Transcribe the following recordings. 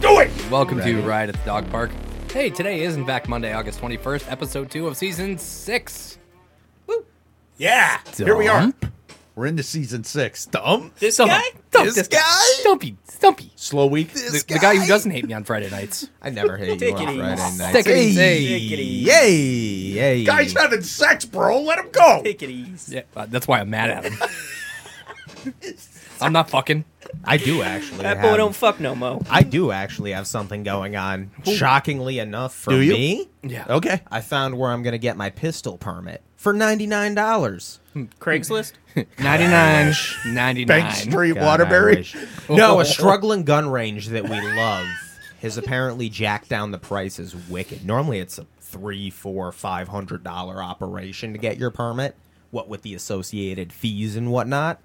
Welcome to Right. Ride at the Dog Park. Hey, today is in fact Monday, August 21st, episode 2 of season 6. Yeah, here we are. Dump. We're into season six. Dump. This Dump guy? him. Dump This this guy. guy? Stumpy. Stumpy. Slow week. The, the guy who doesn't hate me on Friday nights. I never hate Take you it on easy. Friday nights. Take it easy. Hey, Take it easy. Yay! Yay! Guy's having sex, bro. Let him go. Take it easy. Yeah, uh, that's why I'm mad at him. I'm not fucking. I do actually. That boy have, don't fuck no mo. I do actually have something going on. Shockingly enough, for Do you? me, Yeah. Okay. I found where I'm going to get my pistol permit for ninety nine dollars. Craigslist? 99. 99. Bank Street, Waterbury. No, Oh, a struggling gun range that we love has apparently jacked down the prices wicked. Normally, it's a three, four, five hundred dollar operation to get your permit. What with the associated fees and whatnot.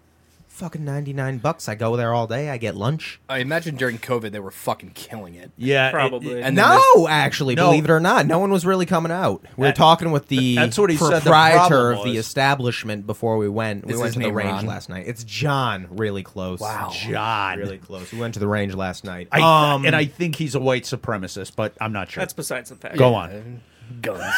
Fucking ninety nine bucks. I go there all day. I get lunch. I imagine during COVID they were fucking killing it. Yeah, it- Probably. And then No, actually, No. believe it or not, no one was really coming out. We were That- talking with the that's what he said the proprietor problem of the was. establishment before we went. We Is his went to the name range Ron? last night. It's John, really close. Wow. John. really close. We went to the range last night. I, and I think he's a white supremacist, but I'm not sure. That's besides the fact. go on. guns.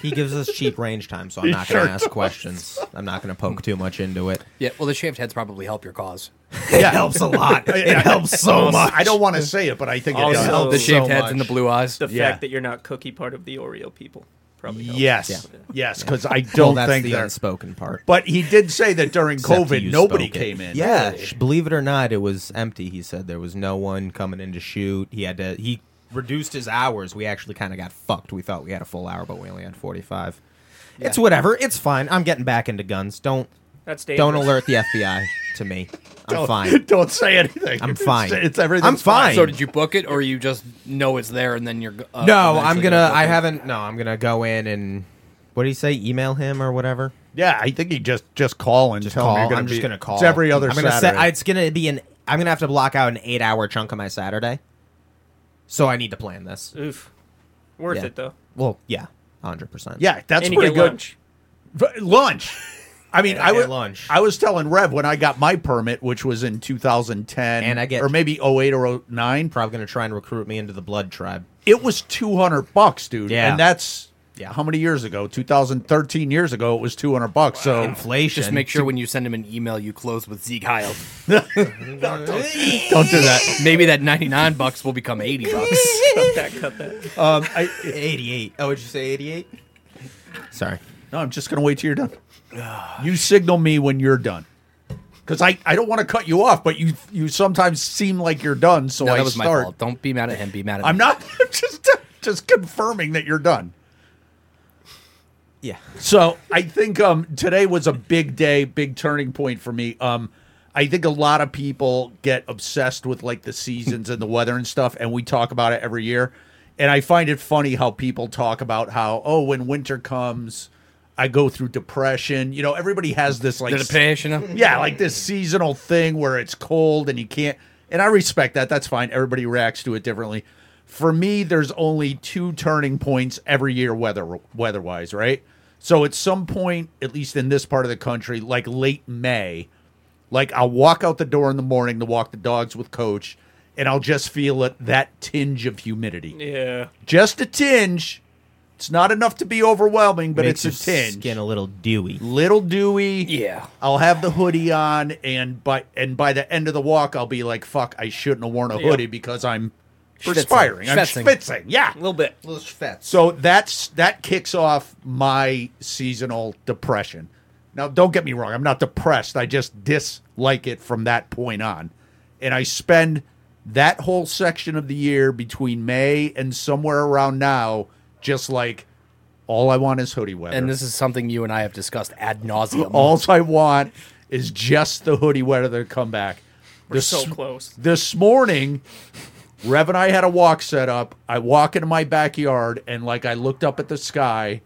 He gives us cheap range time, so I'm He not going sure to ask questions. I'm not going to poke too much into it. Yeah, well, the shaved heads probably help your cause. It helps a lot. It helps so much. I don't want to say it, but I think it Also- does. The shaved so heads much. and the blue eyes. The Yeah. fact that you're not cookie part of the Oreo people probably helps. Yes, Yeah. yes, because I Well, don't that's think the they're. unspoken part. But he did say that during Except you COVID, nobody spoke it. came in. Yeah, sh- believe it or not, it was empty. He said there was no one coming in to shoot. He had to. He reduced his hours. We actually kind of got fucked. We thought we had a full hour, but we only had 45. It's whatever. It's fine. I'm getting back into guns. Don't That's dangerous. don't alert the FBI to me. I'm Don't- fine. Don't say anything. I'm fine. It's, it's everything. I'm fine. So did you book it, or you just know it's there and then you're? Uh, No, I'm eventually gonna. book I it? haven't. No, I'm gonna go in and what do you say? Email him or whatever. Yeah, I think he just just call and tell call. me you're gonna I'm be, just gonna call. It's every other I'm gonna Saturday. Set, it's gonna be an. I'm gonna have to block out an eight-hour chunk of my Saturday. So I need to plan this. Oof. Worth Yeah. it though. Well, yeah, hundred percent. yeah, that's and you pretty get good. lunch. V- Lunch. I mean, Yeah, I I get was lunch. I was telling Rev when I got my permit, which was in 2010, And I get- or maybe 08 or 09. probably gonna try and recruit me into the Blood Tribe. It was 200 bucks, dude. Yeah. and that's Yeah. How many years ago? 2013 years ago, it was 200 bucks. So Inflation. Just make sure when you send him an email, you close with Zeke Heil. don't do that. Maybe that 99 bucks will become 80 bucks. Cut that, cut that. Um, I, eighty-eight. Oh, would you say eighty-eight? Sorry. no, I'm just gonna wait till you're done. You signal me when you're done. Because I, I don't want to cut you off, but you you sometimes seem like you're done, so No, I that was start. my fault. Don't be mad at him. Be mad at I'm me. not just just confirming that you're done. Yeah. So I think um, today was a big day, big turning point for me. Um, I think a lot of people get obsessed with like the seasons and the weather and stuff, and we talk about it every year. And I find it funny how people talk about how oh, when winter comes, I go through depression. You know, everybody has this like The depression. yeah, like this seasonal thing where it's cold and you can't. And I respect that. That's fine. Everybody reacts to it differently. For me, there's only two turning points every year weather weather wise, right? So at some point, at least in this part of the country, like late May, like I'll walk out the door in the morning to walk the dogs with coach, and I'll just feel it, that tinge of humidity. Yeah. Just a tinge. It's not enough to be overwhelming, but Makes it's a your tinge. Skin a little dewy. Little dewy. Yeah. I'll have the hoodie on, and by and by the end of the walk, I'll be like, "Fuck, I shouldn't have worn a hoodie because I'm perspiring. I'm Schwitzing. schwitzing." Yeah. A little bit. Little fats. So that's that kicks off my seasonal depression. Now, don't get me wrong; I'm not depressed. I just dislike it from that point on, and I spend that whole section of the year between May and somewhere around now, just like all I want is hoodie weather. And this is something you and I have discussed ad nauseum. Oh, All I want is just the hoodie weather to come back. We're this, so close. This morning, Rev and I had a walk set up. I walk into my backyard and like I looked up at the sky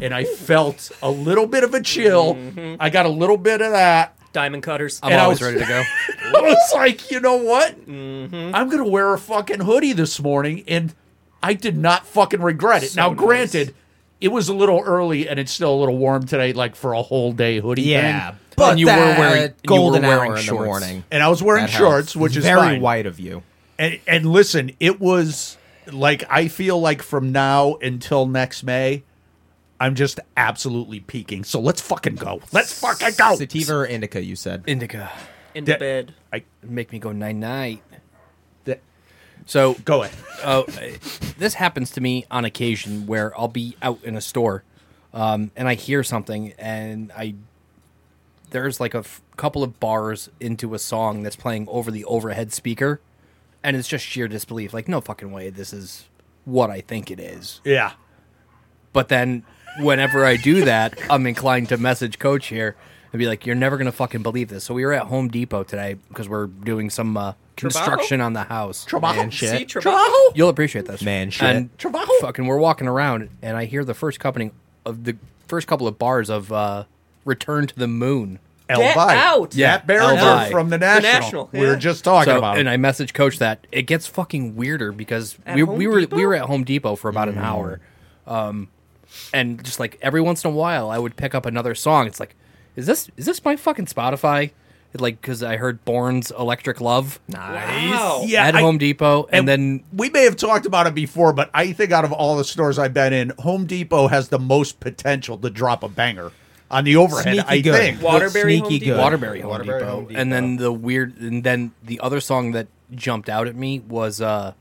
and I felt a little bit of a chill. Mm-hmm. I got a little bit of that. Diamond cutters. I'm and I always was- ready to go. I was like, you know what? Mm-hmm. I'm gonna wear a fucking hoodie this morning, and I did not fucking regret it. now, nice. granted, it was a little early, and it's still a little warm today, like for a whole day hoodie. Yeah, thing. but And you were that wearing- you were golden wearing hour in the shorts. morning. and I was wearing That shorts, helps. which is very fine. white of you. And and listen, it was like I feel like from now until next May, I'm just absolutely peaking. So let's fucking go. Let's fucking go. Sativa or indica, you said. Indica. Into That- bed. I, Make me go night night. that, So go ahead. Oh, uh, this happens to me on occasion where I'll be out in a store, um, and I hear something, and I there's like a f- couple of bars into a song that's playing over the overhead speaker, and it's just sheer disbelief. Like, no fucking way, this is what I think it is. Yeah. But then, whenever I do that, I'm inclined to message Coach here and be like, "You're never gonna fucking believe this." So we were at Home Depot today because we're doing some uh, construction on the house. Trabajo. Man, shit. See, Trabajo. You'll appreciate this, Man, shit. And Trabajo. fucking, we're walking around, and I hear the first company of the first couple of bars of uh, "Return to the Moon." Elvi. out. Yeah, That Barringer Elvi. from the The National. National, We were yeah. just talking So, about it. and I message coach that it gets fucking weirder because At we, Home we were Depot? we were at Home Depot for Mm. about an hour, um, and just like every once in a while, I would pick up another song. It's like, is this is this my fucking Spotify? Like, because I heard Born's "Electric Love" Wow. Yeah, at I- Home Depot, and, then we may have talked about it before, but I think out of all the stores I've been in, Home Depot has the most potential to drop a banger on the overhead. Sneaky I good. think. Waterbury Home Sneaky Depot. good. Waterbury Home, Waterbury Depot. Home Depot. and then the weird, and then the other song that jumped out at me was uh,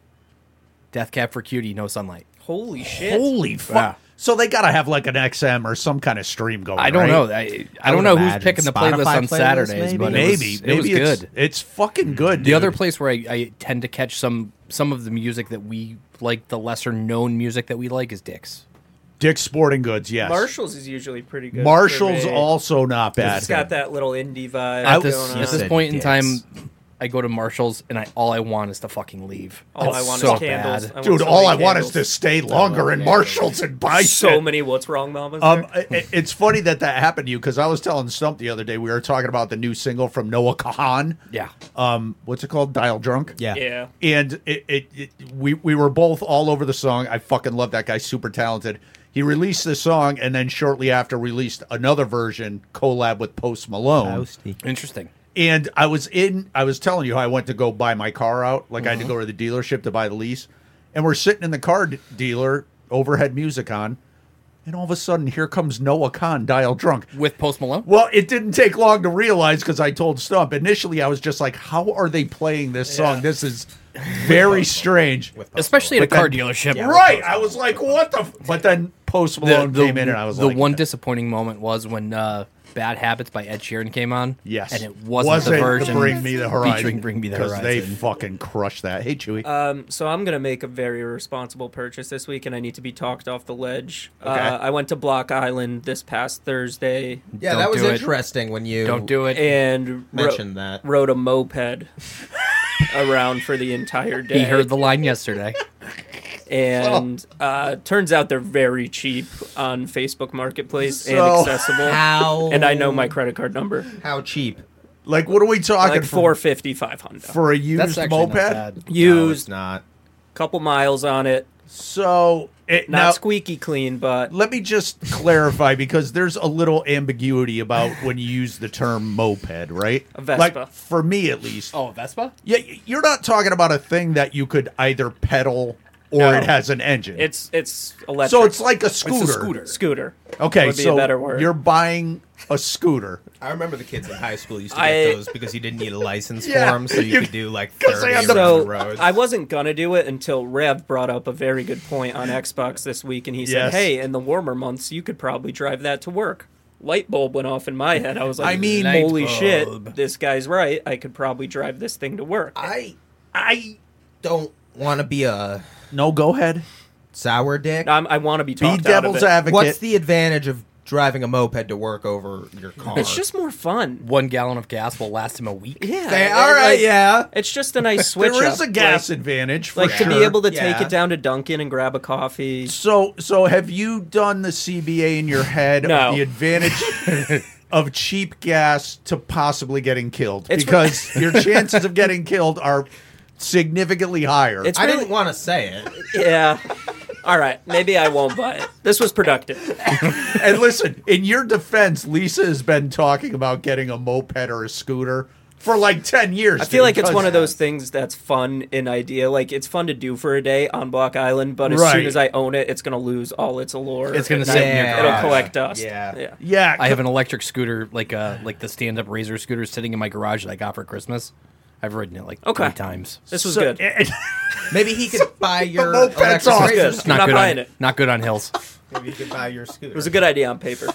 "Death Cab for Cutie," "No Sunlight." Holy shit. Holy fuck! Yeah. So they gotta have like an XM or some kind of stream going. I don't right? know. I, I, I don't would know who's imagine picking the playlist Spotify on playlist, Saturdays, maybe? but it was- Maybe it was, maybe it's, good. It's Mm. fucking good. The other dude. place where I, I tend to catch some some of the music that we like, the lesser known music that we like, is Dick's. Dick's Sporting Goods. Yes, Marshalls is usually pretty good. for Marshall's me. also not bad. It's got that little indie vibe At going this, on. at this said point in Dick's. time, I go to Marshalls and I all I want is to fucking leave. all It's I want so is candles. bad. I want Dude, so all many I want is to candles. stay longer in Marshalls and buy So shit. many what's wrong mamas. Um, there. i- i- it's funny that that happened to you because I was telling Stump the other day we were talking about the new single from Noah Kahan. Yeah. Um, what's it called? Dial Drunk. Yeah. yeah. And it, it, it we we were both all over the song. I fucking love that guy. Super talented. He released this song and then shortly after released another version collab with Post Malone. Toasty. Interesting. And I was in, I was telling you how I went to go buy my car out. Like I had to go to the dealership to buy the lease. And we're sitting in the car d- dealer, overhead music on. And all of a sudden, here comes Noah Khan, dial drunk. With Post Malone? Well, it didn't take long to realize because I told Stump. Initially, I was just like, how are they playing this song? Yeah. This is very strange. Especially at a But then- car dealership. right. I was like, what the? F-? But then Post Malone came in and I was the like, one disappointing moment was when uh, "Bad Habits" by Ed Sheeran came on. Yes. and it wasn't, the version Bring Me the Horizon. featuring "Bring Me the 'cause Horizon." they fucking crushed that. Hey, Chewy. Um, so I'm gonna make a very responsible purchase this week, and I need to be talked off the ledge. Okay. Uh, I went to Block Island this past Thursday Yeah, Don't that was do it. interesting when you Don't do it. and ro- Mentioned that. rode a moped around for the entire day. He heard the line yesterday. and uh, turns out they're very cheap on Facebook Marketplace So- and accessible. How And I know my credit card number, how cheap. Like, what are we talking like for? four fifty five hundred. for a used That's actually moped? not bad. No, it's Used, not. couple miles on it, So it, not now, squeaky clean, but let me just clarify because there's a little ambiguity about when you use the term moped, right? A Vespa. Like, for me at least. Oh, Vespa. Yeah, y- you're not talking about a thing that you could either pedal or No. it has an engine. it's it's electric. so it's like a scooter. scooter. scooter. Okay, would be so a better word. you're buying a scooter. I remember the kids in high school used to I- get those because you didn't need a license Yeah, for them, so you, you- could do like 'cause they thirty had around the- the So roads. I wasn't gonna do it until Rev brought up a very good point on Xbox this week, and he Yes. said, "Hey, in the warmer months, you could probably drive that to work." Light bulb went off in my head. I was like, I mean- Light holy bulb. shit, this guy's right. I could probably drive this thing to work." I I don't want to be a no, go ahead. sour dick. I'm, I want to be Be talked out devil's of it. advocate. What's the advantage of driving a moped to work over your car? It's just more fun. One gallon of gas will last him a week. Yeah. Say, it- all right, like, yeah. It's just a nice switch. there is up. a gas Like, advantage for like sure. to be able to Yeah. take it down to Dunkin' and grab a coffee. So, so have you done the CBA in your head No. of the advantage of cheap gas to possibly getting killed? It's- because your chances of getting killed are significantly higher. It's I really- didn't want to say it. Yeah. All right, maybe I won't buy it. This was productive. and listen, in your defense, Lisa has been talking about getting a moped or a scooter for like ten years. I feel like it's one of those things that's fun in idea. Like it's fun to do for a day on Block Island, but as Right. soon as I own it, it's gonna lose all its allure. It's gonna and sit in your I- garage. It'll collect dust. Yeah. yeah. Yeah, I have an electric scooter, like a like the stand up razor scooter, sitting in my garage that I got for Christmas. I've ridden it like Okay. three times. This was so- good. Maybe he could buy your moped's electric on. razor Good. scooter. It's not I'm not good buying on it. not good on hills. Maybe you could buy your scooter. It was a good idea on paper.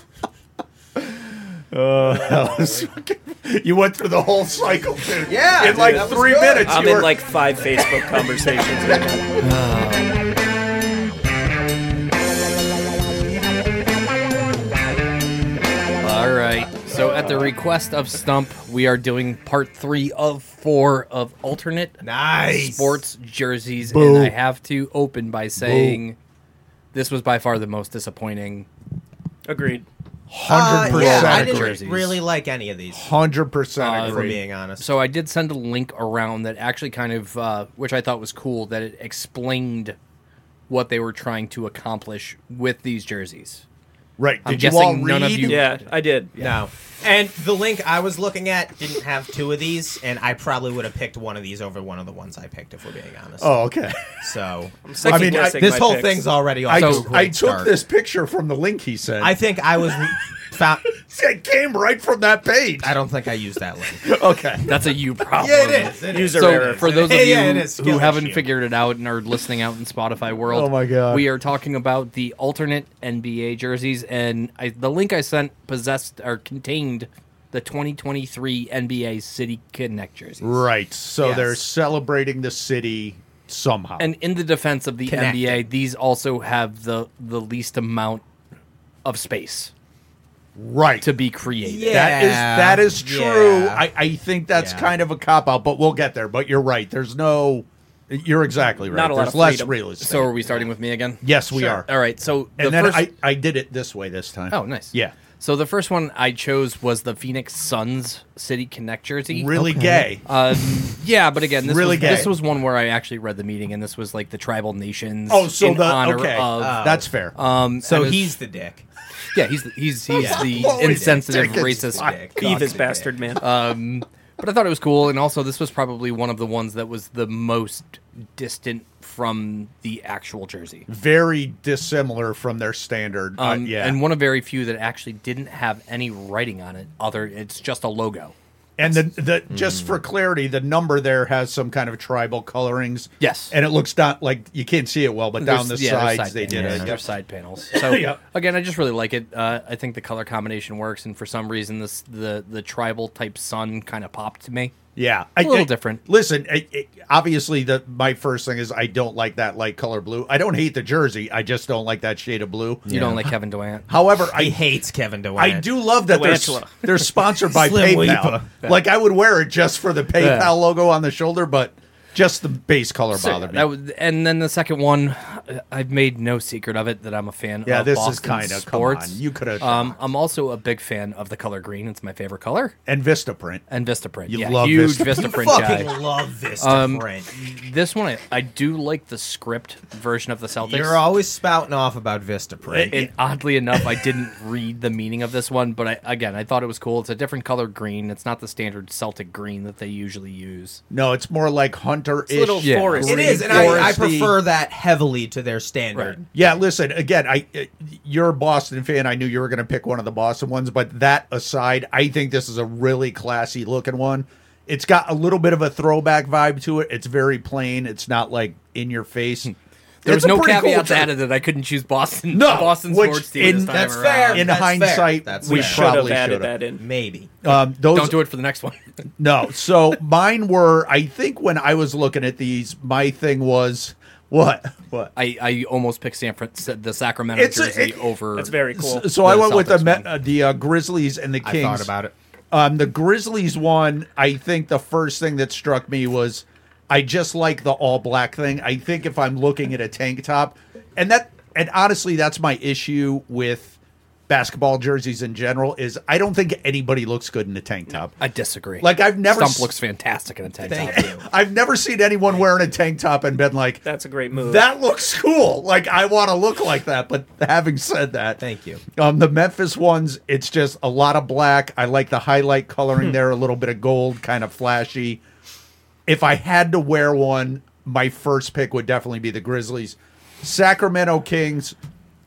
you went through the whole cycle, dude. Yeah, in dude, like that was three good. minutes. I'm you were, in like five Facebook conversations. right now. All right. So at the request of Stump, we are doing part three of four of alternate nice sports jerseys, Boo. and I have to open by saying this was by far the most disappointing. Agreed. Uh, hundred yeah, I percent didn't agree. jerseys. really like any of these. Hundred percent If we're agree. being honest. So I did send a link around that actually kind of, uh, which I thought was cool, that it explained what they were trying to accomplish with these jerseys. Right? I'm Did you all guessing none of read? you- Yeah, I did. No. And the link I was looking at didn't have two of these, and I probably would have picked one of these over one of the ones I picked, if we're being honest. Oh, okay. So Second I mean, I- guessing this my whole picks. thing's already off I, to a So- great I took start. this picture from the link he sent. I think I was found. it came right from that page. I don't think I used that link. Okay. That's a you problem. User so error. for those of Yeah, you yeah, it is. who Skill haven't issue. figured it out and are listening out in Spotify world, Oh my God. we are talking about the alternate NBA jerseys, and I, the link I sent possessed or contained the 2023 NBA City Connect jerseys. Right. So Yes. they're celebrating the city somehow. And in the defense of the Connected. NBA, these also have the the least amount of space right. to be created. Yeah. That is that is true. Yeah. I, I think that's Yeah. kind of a cop out, but we'll get there. But you're right. There's no. You're exactly right. Not a lot There's of less freedom. real estate. So are we starting with me again? yes, we are. All right. So the And then first, I, I did it this way this time. Oh, nice. Yeah. So the first one I chose was the Phoenix Suns City Connect jersey. Really gay. Um, yeah, but again, this Really was, gay. this was one where I actually read the meeting, and this was like the tribal nations. oh, so in the honor okay. Uh, of that's fair. um, So and it's- he's the dick. yeah, he's he's Oh, he's the Holy insensitive dickens. racist. I- Dick. Eve Cock's is the bastard, dick. man. Um, but I thought it was cool, and also this was probably one of the ones that was the most distant from the actual jersey. Very dissimilar from their standard. uh, Um, yeah. and one of very few that actually didn't have any writing on it. Other, it's just a logo. And the, the Hmm. just for clarity, the number there has some kind of tribal colorings. Yes. and it looks not like you can't see it well, but down the There's- yeah, there's sides they did panels. it. There's side panels. So Yeah. again, I just really like it. Uh, I think the color combination works, and for some reason, this the the tribal type sun kind of popped to me. Yeah, a little different. Listen, I, I- obviously, the my first thing is I don't like that light color blue. I don't hate the jersey. I just don't like that shade of blue. You don't like Kevin Durant? However, I He hates Kevin Durant. I do love that they're, Tarantula. they're sponsored by Slim PayPal. Like I would wear it just for the PayPal Yeah. logo on the shoulder, but just the base color So, bothered me. that was, and then the second one, uh, I've made no secret of it that I'm a fan. yeah, of this Boston is kind of come on. sports. You could have Um, I'm also a big fan of the color green. It's my favorite color. and Vista print. And Vistaprint. You yeah, love huge Vistaprint. You Vistaprint fucking guy. love this Um, different. This one, I, I do like the script version of the Celtics. You're always spouting off about Vista Print. and oddly enough, I didn't read the meaning of this one, but I, again, I thought it was cool. It's a different color green. It's not the standard Celtic green that they usually use. No, it's more like hunter It's a little ish. Yeah. forest. It is, and I, I prefer that heavily to their standard. Right. Yeah, listen, again, I uh, you're a Boston fan. I knew you were going to pick one of the Boston ones, but that aside, I think this is a really classy looking one. It's got a little bit of a throwback vibe to it. It's very plain. It's not like in your face. There It's was a no pretty cool caveats jer- added that I couldn't choose Boston. No, Boston which sports team this in- time That's around. fair. In That's fair. hindsight, That's we fair. Should have probably added should have. that in. Maybe. Um, those Don't do it for the next one. No, so mine were. I think when I was looking at these, my thing was what what. I, I almost picked San Fran- the Sacramento It's a- jersey it- over. That's very cool. So I The went with the Celtics Met, one. uh, the uh, Grizzlies and the Kings. I thought about it. Um, the Grizzlies one, I think the first thing that struck me was I just like the all black thing. I think if I'm looking at a tank top, and that, and honestly, that's my issue with basketball jerseys in general is I don't think anybody looks good in a tank top. I disagree. Like, I've never Stump s- looks fantastic in a tank top. Thank you. I've never seen anyone wearing a tank top and been like, That's a great move. that looks cool. Like I want to look like that. But having said that, Thank you. Um, the Memphis ones, it's just a lot of black. I like the highlight Hmm. coloring there, a little bit of gold, kind of flashy. If I had to wear one, my first pick would definitely be the Grizzlies. Sacramento Kings,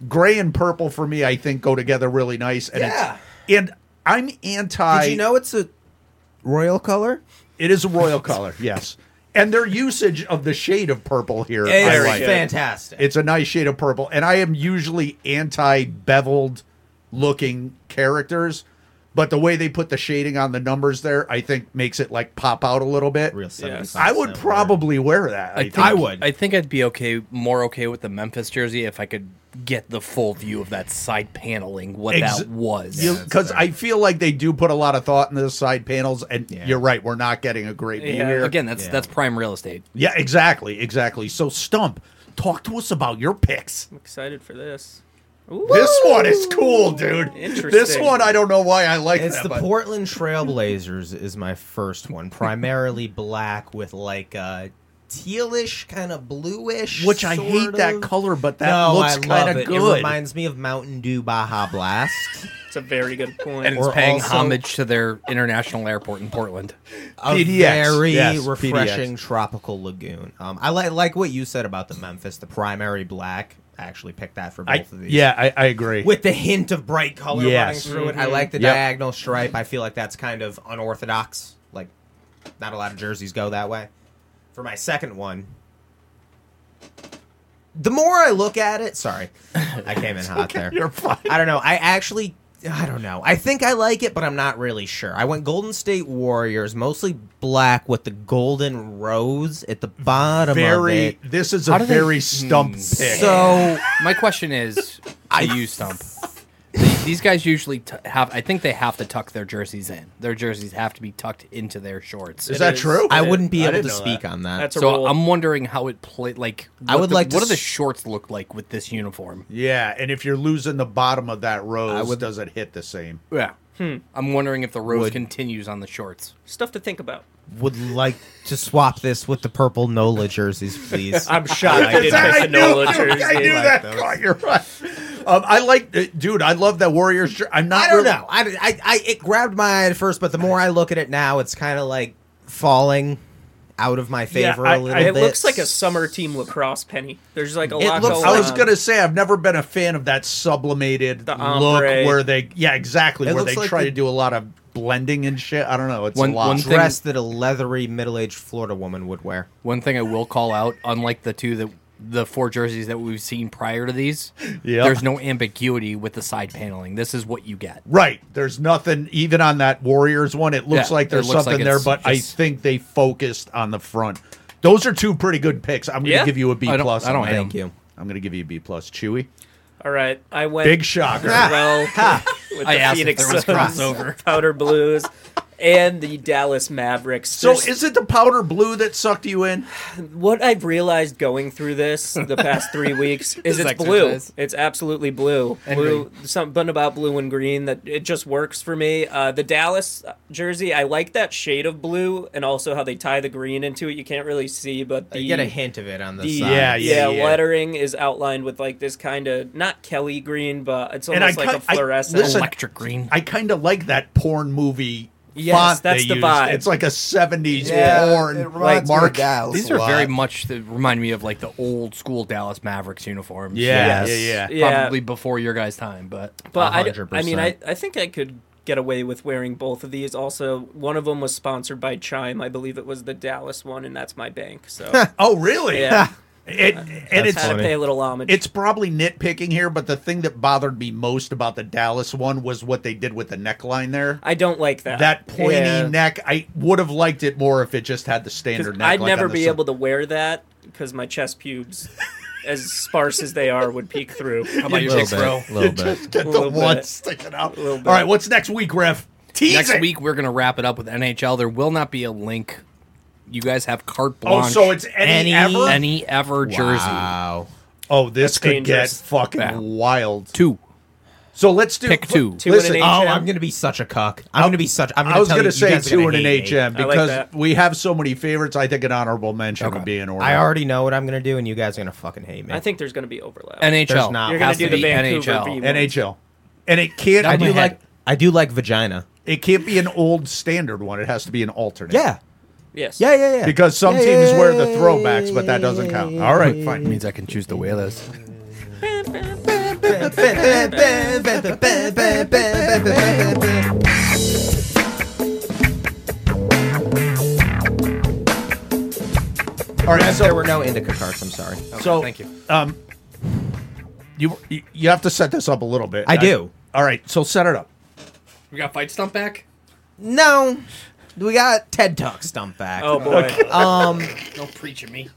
gray and purple for me, I think go together really nice. And it's, and I'm anti. Did you know it's a royal color? it is a royal color? Yes. And their usage of the shade of purple here, I It's like. fantastic. It's a nice shade of purple, and I am usually anti beveled looking characters, but the way they put the shading on the numbers there, I think makes it like pop out a little bit. real. 75 I would cent probably wear that. I, think. I would. I think I'd be okay, more okay with the Memphis jersey if I could get the full view of that side paneling, what Ex- that was. Yeah. that's because fair. I feel like they do put a lot of thought into the side panels, and Yeah. you're right, we're not getting a great view Yeah. here. Again, that's Yeah. that's prime real estate. yeah, exactly, exactly. So Stump, talk to us about your picks. I'm excited for this. Ooh. This one is cool, dude. This Interesting. one, I don't know why I like It's that, the but- Portland Trailblazers is my first one, primarily black with like a tealish kind of bluish, Which I sort hate that of- color, but that no, looks I love kind of it. good. It reminds me of Mountain Dew Baja Blast. It's a very good point. And it's Or paying also- homage to their international airport in Portland. a PDX, very yes, PDX. refreshing tropical lagoon. Um, I like like what you said about the Memphis, the primary black. I actually picked that for both I- of these. yeah, I, I agree. With the hint of bright color Yes. Mm-hmm. running through it. I like the Yep. diagonal stripe. I feel like that's kind of unorthodox. Like, not a lot of jerseys go that way. For my second one, the more I look at it, sorry, I came in hot there. You're fine. I don't know. I actually, I don't know. I think I like it, but I'm not really sure. I went Golden State Warriors, mostly black with the golden rose at the bottom of Very. it. This is a How do they- very stump pick. So My question is to you, Stump. Th- These guys usually t- have, I think they have to tuck their jerseys in. Their jerseys have to be tucked into their shorts. is that is. true? I wouldn't be I able didn't to know speak that. on that. That's a So rule. I'm wondering how it played. Like, I what would the- like to What do the s- shorts look like with this uniform? yeah, and if you're losing the bottom of that rose, I would- does it hit the same? Yeah. I'm wondering if the rose Would- continues on the shorts. Stuff to think about. Would like to swap this with the purple Nola jerseys, please. I'm shocked. I like didn't that. pick the Nola I jersey. knew Like that. those. God, you're right. Um, I like, uh, dude. I love that Warriors. jer- I'm not. I don't really- know. I, I, I it grabbed my eye at first, but the more I look at it now, it's kind of like falling out of my Yeah, favor I- a little I- bit. It looks like a summer team lacrosse penny. There's like a lot looks going I was on. gonna say I've never been a fan of that sublimated The look ombre. where they, yeah, exactly, It where looks they like try the- to do a lot of blending and shit. I don't know. It's One- a lot. one thing- dress that a leathery middle-aged Florida woman would wear. One thing I will call out, unlike the two that the four jerseys that we've seen prior to these, Yep. there's no ambiguity with the side paneling. This is what you get. Right. There's nothing even on that Warriors one. It looks Yeah, like it there's looks something like there, it's but I just- think they focused on the front. Those are two pretty good picks. I'm going to Yeah. give you a B I don't- plus. I don't on hate that. 'em. Thank you. I'm going to give you a B plus. Chewy, All right, I went big shocker. well with I the asked if Phoenix there was Suns, crossover. Powder Blues, and the Dallas Mavericks. so There's- is it the powder blue that sucked you in? what I've realized going through this the past three weeks is This it's exercise. blue. It's absolutely blue. And blue, something about blue and green that it just works for me. Uh, the Dallas jersey, I like that shade of blue, and also how they tie the green into it. You can't really see, but the You get a hint of it on the the side. Yeah, yeah, yeah, yeah. lettering is outlined with like this kind of not Kelly green, but it's And almost I like a kin- I- fluorescent. listen, Electric green. I kind of like that porn movie. Yes, font that's they the used. vibe. It's like a '70s Yeah, it porn like reminds me of mark. Dallas. These a are lot. very much they remind me of like the old school Dallas Mavericks uniforms. Yeah, Yes. yeah, yeah. Yeah. Probably before your guys' time, but But I d- I, 100%. mean, I, I think I could get away with wearing both of these. Also, one of them was sponsored by Chime. I believe it was the Dallas one, and that's my bank. So Oh, really? Yeah. It, and it's had to funny. pay a little homage. It's probably nitpicking here, but the thing that bothered me most about the Dallas one was what they did with the neckline there. I don't like that. that pointy Yeah. neck, I would have liked it more if it just had the 'Cause standard neck. I'd like never on the be side. able to wear that because my chest pubes, as sparse as they are, would peek through. how about your little chicks, bit, bro? little get bit. the little one bit. sticking out. All Little bit. right, what's next week, Ref? Tease Next it. week we're gonna wrap it up with NHL. There will not be a link. You guys have carte Oh, blanche. so it's any, Any- ever? any ever jersey. Wow. Oh, this could dangerous. get fucking Yeah. wild. Two. So let's do Pick two. Two listen, and an I- eight. Oh, HM. I'm gonna be such a cuck. I'm gonna be such. I'm gonna I was tell going you- to you say guys are two and gonna an hate me. HM I like because that. we have so many favorites. I think an honorable mention would be in order. I already know what I'm gonna do, and you guys are gonna fucking hate me. I think there's going to be overlap. NHL. You're not. gonna You're gonna has do to the be Vancouver NHL. v- NHL, and it can't. my I do head. like. I do like vagina. It can't be an old standard one. It has to be an alternate. Yeah. Yes. Yeah. Yeah. Yeah. Because some Yeah, teams yeah, wear yeah, the yeah, throwbacks, yeah, but that yeah, doesn't yeah, count. yeah, All right, It fine. means I can choose the whalers. All right, There so were no indica cards. I'm sorry. so thank you. Um, you you have to set this up a little bit. I do. All right, so set it up. We got fight stump back. No, we got TED Talk stump back. Oh boy. Uh, Um, Don't preach at me.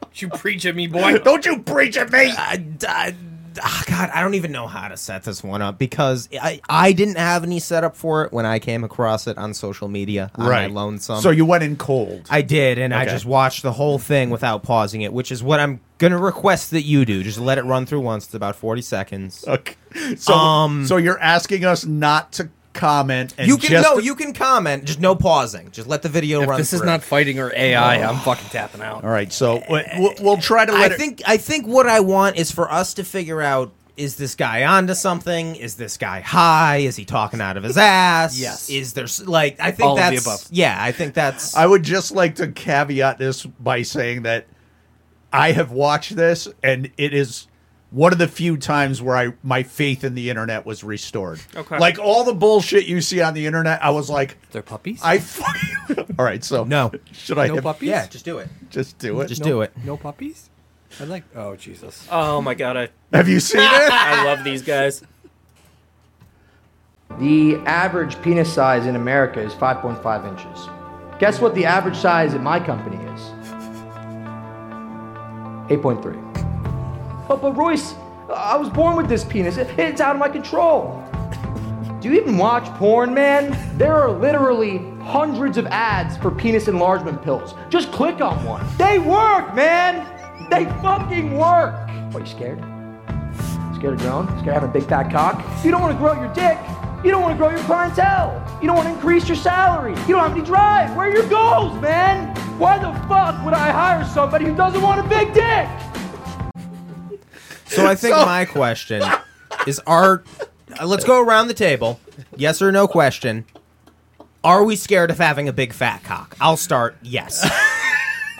Don't you preach at me, boy. Don't you preach at me? I, I- ah, God, I don't even know how to set this one up because I, I didn't have any setup for it when I came across it on social media. On Right, my lonesome. So you went in cold. I did, and I Okay. just watched the whole thing without pausing it, which is what I'm gonna request that you do. Just let it run through once. It's about 40 seconds. Okay. So Um, so you're asking us not to comment and you can just no, you can comment. Just no pausing. Just let the video If run. this is through. not fighting or AI, I'm fucking tapping out. All right, so we- we'll, we'll try to I let it. think I think what I want is for us to figure out is this guy onto something? Is this guy high? Is he talking out of his ass? Yes. Is there s- like I think All of the that's above. yeah I think that's I would just like to caveat this by saying that I have watched this, and it is one of the few times where I my faith in the internet was restored. Okay. Like all the bullshit you see on the internet, I was like, They're puppies. I. Fucking... all right, so No. should I no have- puppies. yeah just do it just do it? just no, do it. No puppies. I like. Oh Jesus. oh my god. I, Have you seen it? I love these guys. The average penis size in America is 5.5 inches. Guess what the average size at my company is? 8.3. But, but Royce, I was born with this penis. It- It's out of my control. Do you even watch porn, man? There are literally hundreds of ads for penis enlargement pills. Just click on one. They work, man! They fucking work! What, you scared? Scared of growing? Scared of having a big fat cock? You don't want to grow your dick. You don't want to grow your clientele. You don't want to increase your salary. You don't have any drive. Where are your goals, man? Why the fuck would I hire somebody who doesn't want a big dick? So I think my question is are uh, let's go around the table yes or no question are we scared of having a big fat cock? I'll start yes.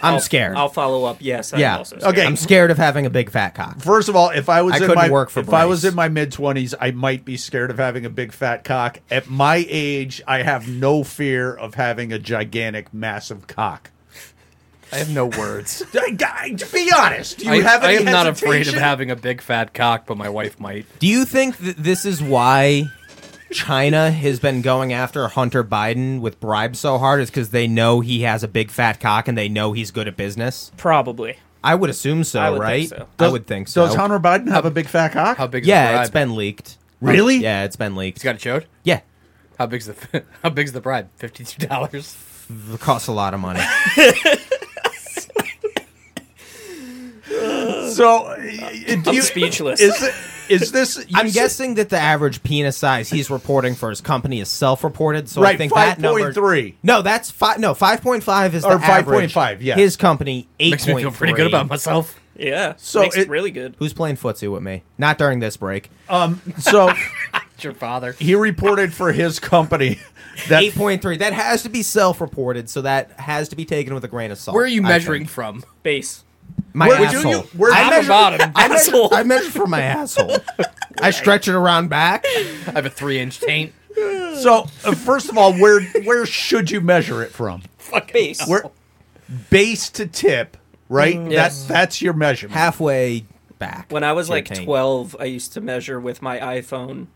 I'm scared. I'll follow up. Yes. I'm yeah. Also scared. Okay. I'm scared of having a big fat cock. First of all, if I was I in couldn't my work for if I was Bryce. in my mid twenties, I might be scared of having a big fat cock. At my age, I have no fear of having a gigantic, massive cock. I have no words. I, I- to be honest, do you I, have I any am not afraid of hesitation? having a big fat cock, but my wife might. Do you think that this is why China has been going after Hunter Biden with bribes so hard? Is because they know he has a big fat cock and they know he's good at business? Probably. I would assume so, I would think right? so. I would think so. Does Hunter Biden have a big fat cock? How big? Is the yeah, bribe? it's been leaked. Really? Yeah, it's been leaked. He's got it showed. yeah, How big's the How big's the bribe? Fifty two dollars. it costs a lot of money. So, i- do I'm you- speechless. Is, it, is this? you I'm said- guessing that the average penis size he's reporting for his company is self-reported, so Right, I think that number 5.3 No, that's five. No, five point five is Or the average. 5.5, yeah. his company eight Makes me feel pretty good about myself. Yeah. So makes it- really good. Who's playing footsie with me? Not during this break. So It's your father. he reported for his company that Eight point three. That has to be self-reported, so that has to be taken with a grain of salt. Where are you I measuring think. from? Base. My Where would you- asshole. where- I Top or measure, bottom? I measure, Asshole. I measure from my asshole. I stretch it around back. I have a three inch taint. So, uh, first of all, where where should you measure it from? Base. Where base to tip, right? That that's your measurement. halfway back. When I was to your like tank. 12, I used to measure with my iPhone.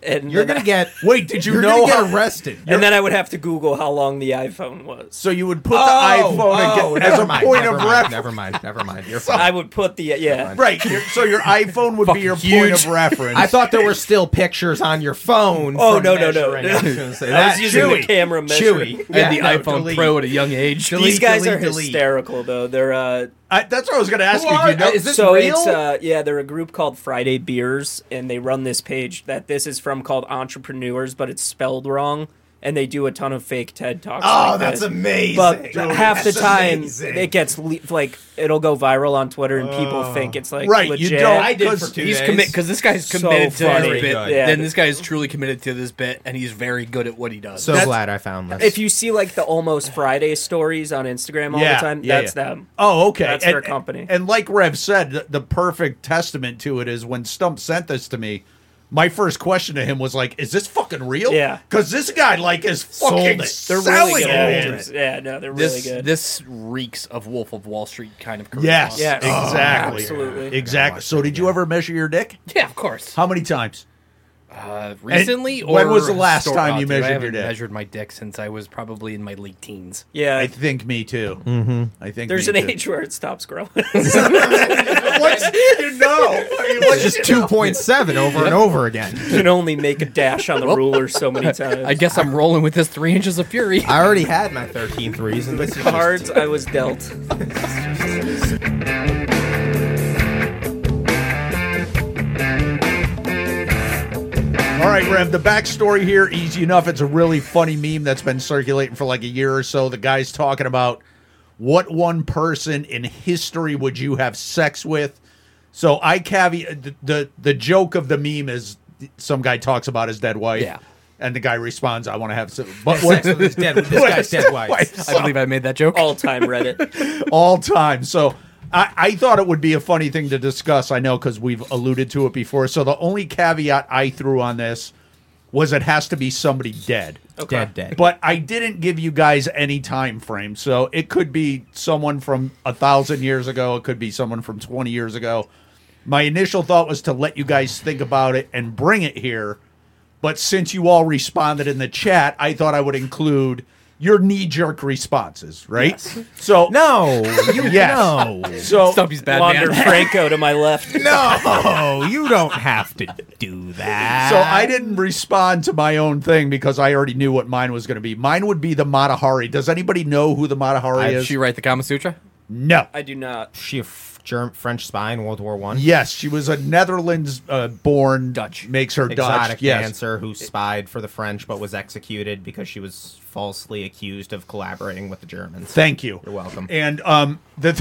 And you're then gonna I- get. Wait, did you You're know? gonna get how- arrested. And then I would have to Google how long the iPhone was. so you would put the Oh, iPhone oh, again, as never a mind, point never of mind, reference. Never mind, never mind. You're fine. I would put the uh, yeah. Right. your- so your iPhone would be your point of reference. I thought there were still pictures on your phone. Oh, from no, no, no, measuring. no. I was gonna say, I was that- using Chewy. the camera measuring. Chewy. and the iPhone Pro at a young age. These Delete, guys delete, are delete. hysterical though. They're uh I, that's what I was going to ask Who you. are- Do you know? is this Oh, so real? it's uh yeah, they're a group called Friday Beers and they run this page that this is from called Entrepreneurs, but it's spelled wrong and they do a ton of fake TED talks. Oh, like that's this. amazing. But Dude, half the that's time amazing. it gets le- like it'll go viral on Twitter and people think it's like Oh. right, you legit. don't- I did for Because two He's days. commit because this guy's So committed to funny. this bit. Good. Yeah. Then this guy is truly committed to this bit, and he's very good at what he does. so That's- glad I found this. if you see like the almost Friday stories on Instagram all Yeah, the time, yeah, that's yeah. them. Oh, okay. That's and, their company. And like Rev said, the, the perfect testament to it is when Stump sent this to me. My first question to him was like, "Is this fucking real?" Yeah. because this guy like is Sold fucking it. They're selling really good. it. actors. Yeah, no, they're this really good. this reeks of Wolf of Wall Street kind of charisma. Yes, Yeah. Oh, exactly, absolutely. exactly. So, did you ever measure your dick? yeah, of course. How many times? Uh, recently, or when was the last histor- time oh, you dude, measured I your haven't dick? Measured my dick since I was probably in my late teens. yeah, I think me too. Mm-hmm. I think there's an me too. age where it stops growing. What's you know? I mean, it's what's just two point seven over and over again. you can only make a dash on the ruler so many times. I guess I'm rolling with this three inches of fury. I already had my thirteenth reason. This is just cards I was dealt. All right, Rev, the backstory here, easy enough. It's a really funny meme that's been circulating for like a year or so. The guy's talking about what one person in history would you have sex with? So I caveat the, the the joke of the meme is some guy talks about his dead wife. Yeah. And the guy responds, I want to have sex. But sex with his dead. This guy's dead wife. I believe I made that joke. All time Reddit. all time. So I, I thought it would be a funny thing to discuss. I know because we've alluded to it before. So the only caveat I threw on this was it has to be somebody dead. Okay. Dead, dead. But I didn't give you guys any time frame. So it could be someone from a thousand years ago. It could be someone from 20 years ago. My initial thought was to let you guys think about it and bring it here. But since you all responded in the chat, I thought I would include your knee jerk responses, right? So no, you Yes. no, So Stumpy's bad Wander man. Franco to my left. no. You don't have to do that. So I didn't respond to my own thing because I already knew what mine was going to be. Mine would be the Matahari. Does anybody know who the Matahari Did is? she write the Kama Sutra? no. I do not. She a f- Germ- French spy in World War One. yes, she was a Netherlands-born Dutch. Makes her exotic Dutch. Yes. dancer who spied for the French but was executed because she was falsely accused of collaborating with the Germans. Thank you. You're welcome. And um, the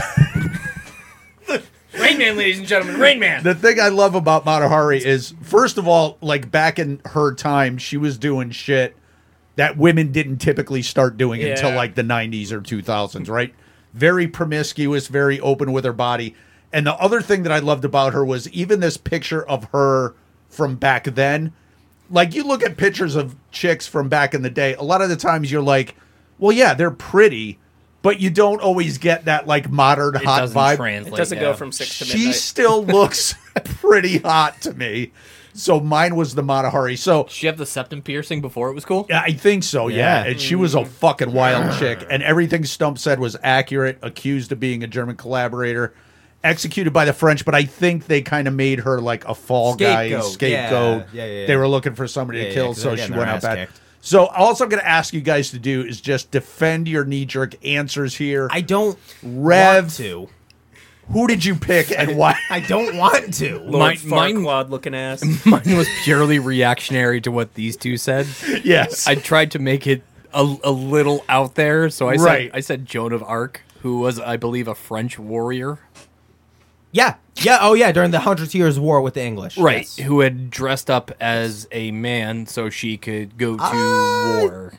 Rain Man, ladies and gentlemen, Rain Man. the thing I love about Matahari is, first of all, like back in her time, she was doing shit that women didn't typically start doing until Yeah. like the 90s or 2000s, right? Very promiscuous, very open with her body. And the other thing that I loved about her was even this picture of her from back then. Like you look at pictures of chicks from back in the day, a lot of the times you're like, well, yeah, they're pretty, but you don't always get that like modern It hot doesn't vibe translate. It doesn't yeah. go from six to she midnight. still looks pretty hot to me. So mine was the Matahari. So Did she have the septum piercing before it was cool? I think so, yeah. Yeah. And she was a Mm. fucking wild chick. And everything Stump said was accurate, accused of being a German collaborator, executed by the French, but I think they kind of made her like a fall guy, Scapegoat, scapegoat. yeah. Yeah, yeah, yeah. They were looking for somebody Yeah, to yeah, kill, 'cause so they're she getting went their out ass bad. kicked. So also I'm gonna ask you guys to do is just defend your knee jerk answers here. I don't Rev- want to. Who did you pick and why? I don't want to. Lord Mine- mine- Farquaad looking ass. Mine was purely reactionary to what these two said. yes. I tried to make it a, a little out there, so I Right. said I said Joan of Arc, who was, I believe, a French warrior, Yeah, yeah, oh yeah. During the Hundred Years' War with the English, right? Yes. Who had dressed up as a man so she could go to Ah. war.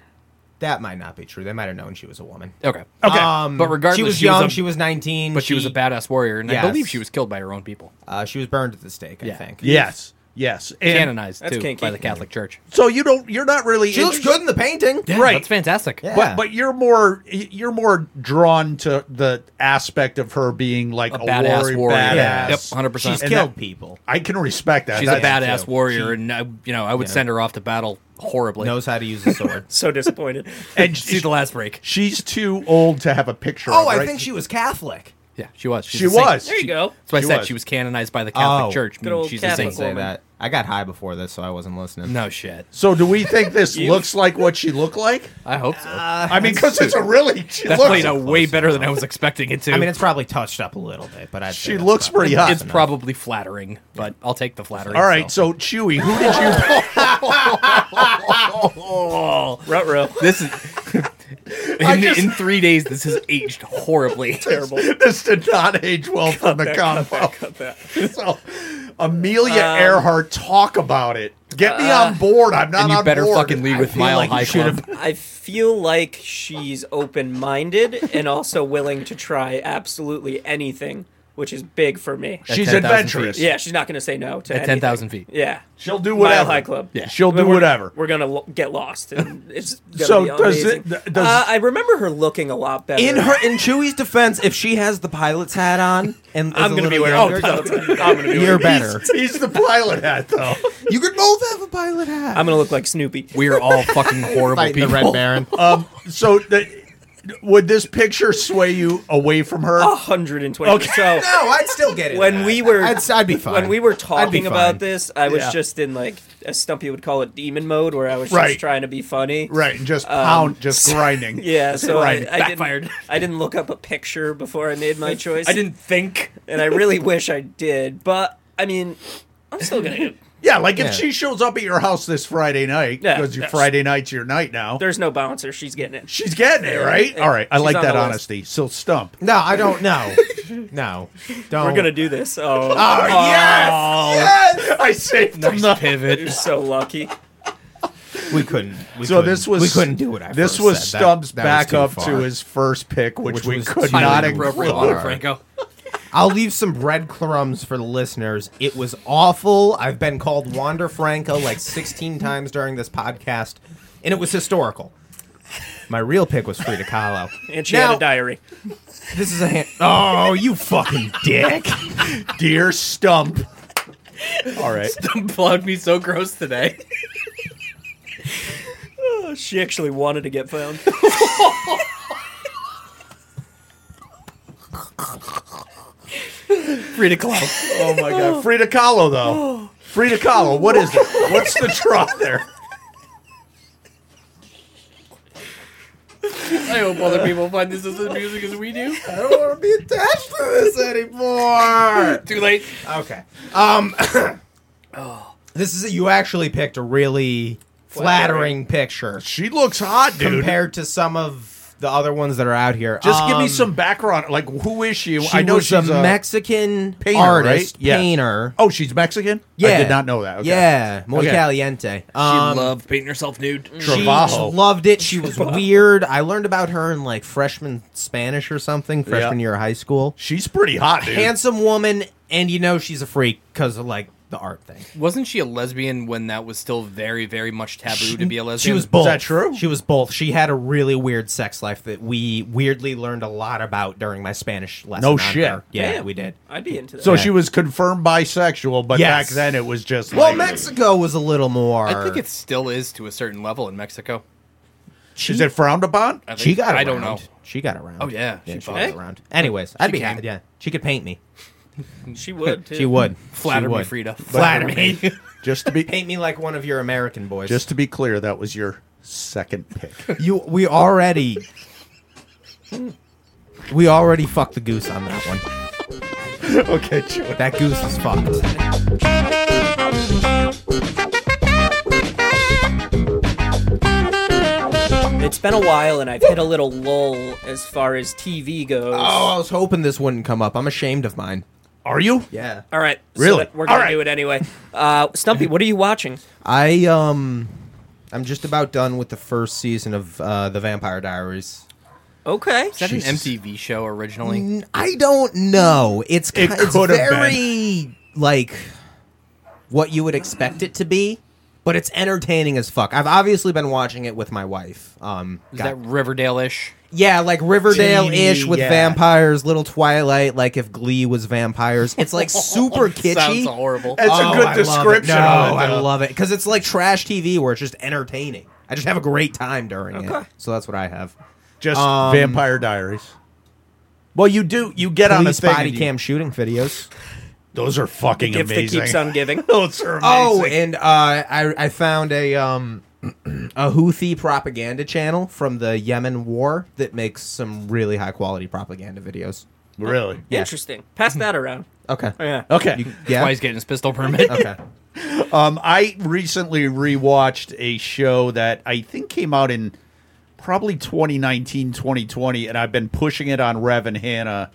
That might not be true. They might have known she was a woman. Okay, okay. Um, But regardless, she was she was young. a- she was nineteen, but she, was a badass warrior, and Yes. I believe she was killed by her own people, Uh, she was burned at the stake, I Yeah. think. yes. Yes. And canonized That's too kinky. by the Catholic Church. so you don't you're not really She looks interested- good in the painting. Yeah, Right. that's fantastic. Yeah. But but you're more you're more drawn to the aspect of her being like a, A badass warrior, warrior. badass. Yeah. Yep, 100%. She's And killed that- people. I can respect that. She's a That's- badass too. warrior, and I, you know I would send her off to battle horribly. Knows how to use a sword. So disappointed. And See she, the last break. she's too old to have a picture. oh, of, I right? think she was Catholic. Yeah, she was. She's She a saint. was. There you go. That's why I She said was. she was canonized by the Catholic Oh. Church. Good meaning old she's I a Catholic saint. didn't say woman. that. I got high before this, so I wasn't listening. No shit. So do we think this looks like what she looked like? I hope so. Uh, I mean, because it's a really she that looks. played out way better than I was expecting it to. I mean, it's probably touched up a little bit, but I She looks pretty hot. it's probably flattering, but I'll take the flattering. All right, so Chewy, who did you? Rutro. This is in, in three days. This has aged horribly. Terrible. this did not age well from the combo. So, Amelia Um, Earhart, talk about it. Get me uh, on board. I'm not And you on better board. fucking leave with feel Mile like you High should've- Club. I feel like she's open minded and also willing to try absolutely anything, which is big for me. She's 10,000 feet. adventurous. Yeah, she's not going to say no to At anything. 10,000 feet. Yeah. she'll do whatever. Mile High Club. Yeah. she'll do We're- whatever. We're gonna lo- get lost, and it's gonna So be does amazing. it- th- does- uh, I remember her looking a lot better. in her in Chewie's defense, if she has the pilot's hat on, and I'm gonna be wearing. Oh, I'm gonna be You're wearing. better. He's the pilot hat, though. You could both have a pilot hat. I'm gonna look like Snoopy. We are all fucking horrible Fighting people. the Red Baron. Um, so the, would this picture sway you away from her? Oh. 120. Okay. So no, I'd still get it. when we were, I'd, I'd be fine. when we were I'd be talking about fine. this, I was Yeah. just in like as Stumpy would call it, demon mode, where I was Right. just trying to be funny. Right, and just pound, just grinding. Um, Yeah, so I, Right. I Backfired. didn't. I didn't look up a picture before I made my choice. I didn't think. and I really wish I did. But I mean, I'm still gonna. Yeah, like if Yeah. she shows up at your house this Friday night, Yeah, because your that's- Friday night's your night now. There's no bouncer. She's getting it. She's getting it, right? Yeah. All right. I She's like on that the list. honesty. So stump. no, I don't know. No, don't. We're gonna do this. Oh, Ah, yes! I saved them. Nice pivot. you're so lucky. We couldn't. We So couldn't- this was We couldn't do it. I This first was said. That- Stubbs that was back too up far. to his first pick, which, Which we was could too not include. inappropriate. All right. Franco. I'll leave some breadcrumbs for the listeners. It was awful. I've been called Wander Franco like 16 times during this podcast, and it was historical. My real pick was Frida Kahlo. And she now, had a diary. This is a hand. Oh, you fucking dick. Dear Stump. All right. Plowed me so gross today. She actually wanted to get found. Frida Kahlo. Oh my God. Frida Kahlo, though. Frida Kahlo, what is it? What's the draw there? I hope other people find this as amusing as we do. I don't want to be attached to this anymore. Too late. Okay. Um. this is you actually picked a really flattering picture She looks hot, dude. compared to some of the other ones that are out here. Just give me Um, some background. Like, who is she? She I know was she's a, Mexican painter, artist, right? Yes. painter. Oh, she's Mexican? Yeah, I did not know that. Okay. Yeah, muy Okay. caliente. She Um, loved painting herself nude. she Trabajo. loved it. She was weird. I learned about her in like freshman Spanish or something, freshman Yeah. year of high school. She's pretty hot, dude. Handsome woman, and you know she's a freak because of like the art thing. Wasn't she a lesbian when that was still very, very much taboo to be a She lesbian? was both. that true? She was both. She had a really weird sex life that we weirdly learned a lot about during my Spanish lesson. No on shit. her. Yeah, Damn. we did. I'd be into that. So she was confirmed bisexual, but Yes. back then it was just Well, like, Mexico was a little more. I think it still is to a certain level in Mexico. she, is it frowned upon? I think- She got around. I don't know. She got around. Oh, yeah. She she, got fucked. around. Anyways, I'd be came. happy. Yeah, she could paint me. she would. Too. She would. Flatter she me, would. Frida. Flatter me. Just to be paint me like one of your American boys. just to be clear, that was your second pick. you. We already. We already fucked the goose on that one. okay, Joey. That goose is fucked. It's been a while, and I've hit a little lull as far as TV goes. Oh, I was hoping this wouldn't come up. I'm ashamed of mine. Are you? Yeah. All right. so Really? that- we're gonna All right. do it anyway. Uh, Stumpy, what are you watching? I um, I'm just about done with the first season of uh, the Vampire Diaries. Okay. Is that an Jesus. MTV show originally? N- I don't know. It's It ki- it's could have very like what you would expect it to be, but it's entertaining as fuck. I've obviously been watching it with my wife. Um, Is got- that Riverdale ish? yeah, like Riverdale ish Teeny, with yeah. vampires, Little Twilight, like if Glee was vampires. It's like super kitschy. Sounds horrible. It's Oh, a good I love it. description. No, of it, I though. love it because it's like trash TV where it's just entertaining. I just have a great time during it. So that's what I have. just Um, Vampire Diaries. Well, you do. You get on a Police thing body and you- cam shooting videos. Those are fucking gift that amazing. keeps on giving. Those are amazing. Oh, and uh, I I found a um a Houthi propaganda channel from the Yemen war that makes some really high quality propaganda videos. really? Yeah. Interesting. Pass that around. Okay. Oh, Yeah. Okay. You- That's why yeah. he's getting his pistol permit. Okay. Um, I recently rewatched a show that I think came out in probably 2019, 2020, and I've been pushing it on Rev and Hannah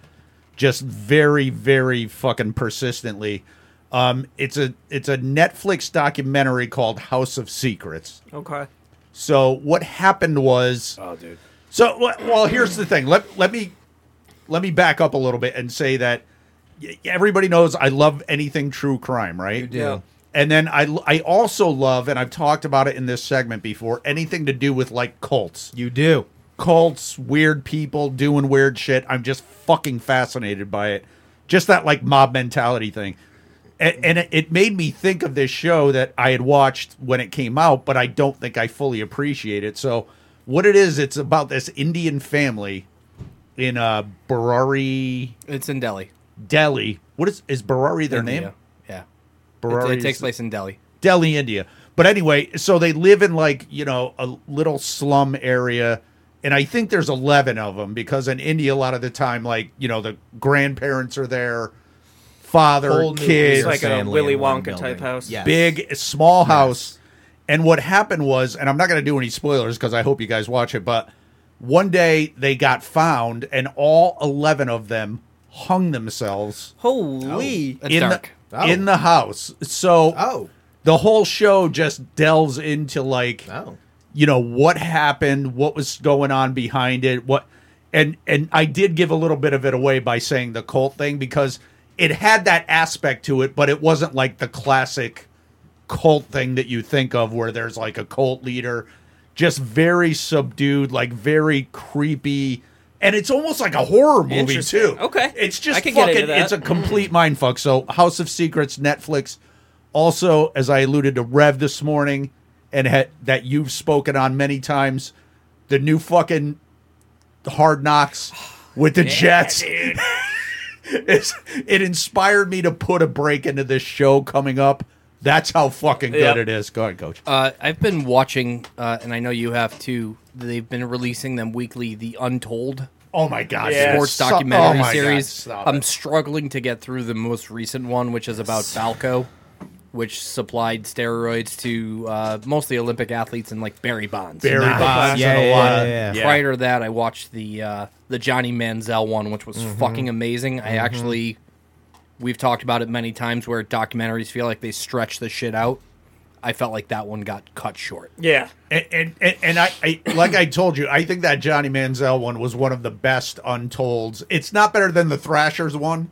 just very, very fucking persistently. Um, it's a it's a Netflix documentary called House of Secrets. Okay. So what happened was Oh, dude. So well- well, here's the thing. Let let me let me back up a little bit and say that y- everybody knows I love anything true crime, right? do. Yeah. And then I l- I also love, and I've talked about it in this segment before, anything to do with like cults, You do. cults, weird people doing weird shit. I'm just fucking fascinated by it. Just that like mob mentality thing. And, and it- it made me think of this show that I had watched when it came out, but I don't think I fully appreciate it. So, what it is, it's about this Indian family in uh, Barari, It's in Delhi. Delhi. What is is Barari their India. name? Yeah. It, Barari it takes is- place in Delhi. Delhi, India. But anyway, so they live in like, you know, a little slum area. And I think there's 11 of them because in India, a lot of the time, like, you know, the grandparents are there, father, Whole nuclear kids, It's like a family Willy in one Wonka building. type house. Yes. big, small house. And what happened was, and I'm not going to do any spoilers because I hope you guys watch it, but one day they got found and all 11 of them hung themselves Holy. That's in dark. The, Oh. in the house. So Oh. the whole show just delves into like Oh. you know what happened what was going on behind it what and and i did give a little bit of it away by saying the cult thing because it had that aspect to it but it wasn't like the classic cult thing that you think of where there's like a cult leader just very subdued like very creepy and it's almost like a horror movie Interesting. too Okay. it's just I could get fucking into that. Mm-hmm. it's a complete mind fuck so house of secrets netflix also as i alluded to rev this morning and ha- that you've spoken on many times the new fucking hard knocks with the jets it's, it inspired me to put a break into this show coming up. That's how fucking good Yep. it is. Go ahead, coach. Uh, I've been watching, uh, and I know you have too. They've been releasing them weekly. The Untold oh my god, yeah, sports Stop- documentary oh my God, series. stop I'm it. struggling to get through the most recent one, which is about Falco, which supplied steroids to uh, mostly Olympic athletes and like Barry Bonds. Barry Bonds Yeah, and a yeah, lot yeah, of- yeah. Prior to that, I watched the uh, the Johnny Manziel one, which was Mm-hmm. fucking amazing. I actually, we've talked about it many times where documentaries feel like they stretch the shit out. I felt like that one got cut short. Yeah. And and, and, and I, I like I told you, I think that Johnny Manziel one was one of the best untolds. It's not better than the Thrashers one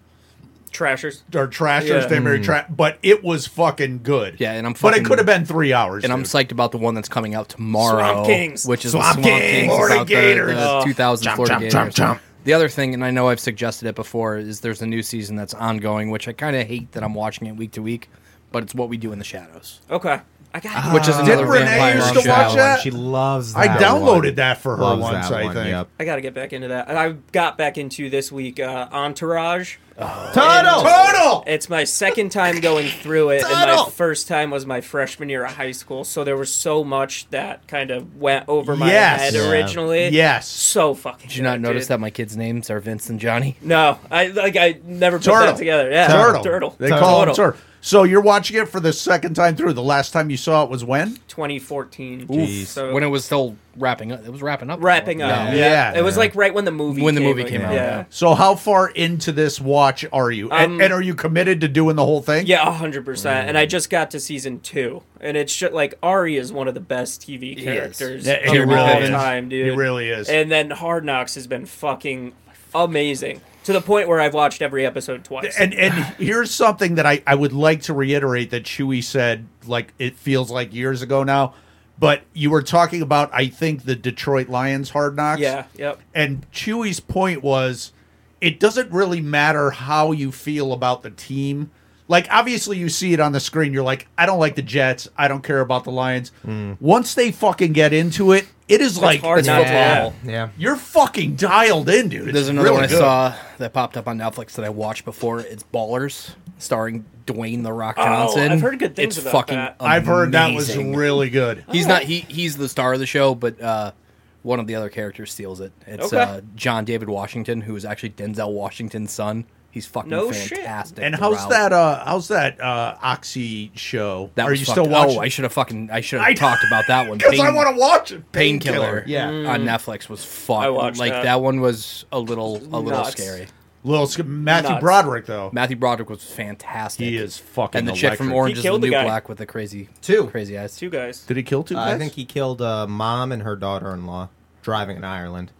Trashers. or Trashers, Yeah. they were tra- but it was fucking good. Yeah, and I'm but it fucking- could have been three hours. And I'm dude. psyched about the one that's coming out tomorrow, Swamp Kings. which is Swamp the Swamp Kings. Kings, Florida about the- Gators. the, Oh. 2000 Florida jump, Gators. jump, jump. The other thing, and I know I've suggested it before, is there's a new season that's ongoing, which I kind of hate that I'm watching it week to week, but it's what we do in the shadows, Okay. I got uh, which is another Renee vampire used to show. watch that? She loves I that downloaded one. that for her Loves once. that I one, think. yep. I got to get back into that. I got back into this week uh, Entourage. Total. It's my second time going through it, and my Tuttle! first time was my freshman year of high school. So there was so much that kind of went over my Yes. head Yeah. originally. Yes. So fucking. Did you not notice that my kids' names are Vince and Johnny? No, I like I never put turtle that together. Yeah, turtle. turtle. They call him Turtle. turtle. So you're watching it for the second time through. The last time you saw it was when? 2014. Oof. So When it was still wrapping up, it was wrapping up. wrapping up. Yeah. Yeah. Yeah. It was like right when the movie When the came movie came out, Yeah. So how far into this watch are you? And, Um, and are you committed to doing the whole thing? Yeah, hundred percent. And I just got to season two, and it's just, like Ari is one of the best TV is. characters Yeah, he of really all is. time, dude. He really is. And then Hard Knocks has been fucking amazing to the point where I've watched every episode twice. And and here's something that I, I would like to reiterate that Chewy said like it feels like years ago now, but you were talking about I think the Detroit Lions hard knocks. yeah, yep. And Chewy's point was it doesn't really matter how you feel about the team. Like obviously you see it on the screen, you're like, I don't like the Jets. I don't care about the Lions. Once they fucking get into it, it is like hard it's not to. football. Yeah. Yeah. you're fucking dialed in, dude. It's There's another really one I good. saw that popped up on Netflix that I watched before. It's Ballers, starring Dwayne the Rock Johnson. Oh, I've heard good things it's about fucking that. I've heard that was amazing. really good. He's not he he's the star of the show, but uh, one of the other characters steals it. It's Okay. uh, John David Washington, who is actually Denzel Washington's son. He's fucking No shit. fantastic. And how's throughout. that? Uh, how's that uh, Oxy show? That Are was you fucking- still watching? Oh, I should have fucking I should I- have talked about that one. Because I Pain- want to watch it. Painkiller, Yeah. on Netflix was fun. Mm. I watched like that. that. one was a little a little Nuts. scary. Little sc- Matthew Nuts. Broderick though. Matthew Broderick was fantastic. He is fucking and the chick electric. from Orange He is the killed the New guy. Black with the crazy Two. crazy eyes. Two guys. Did Uh, he kill two guys? I think he killed a mom and her daughter-in-law driving in Ireland.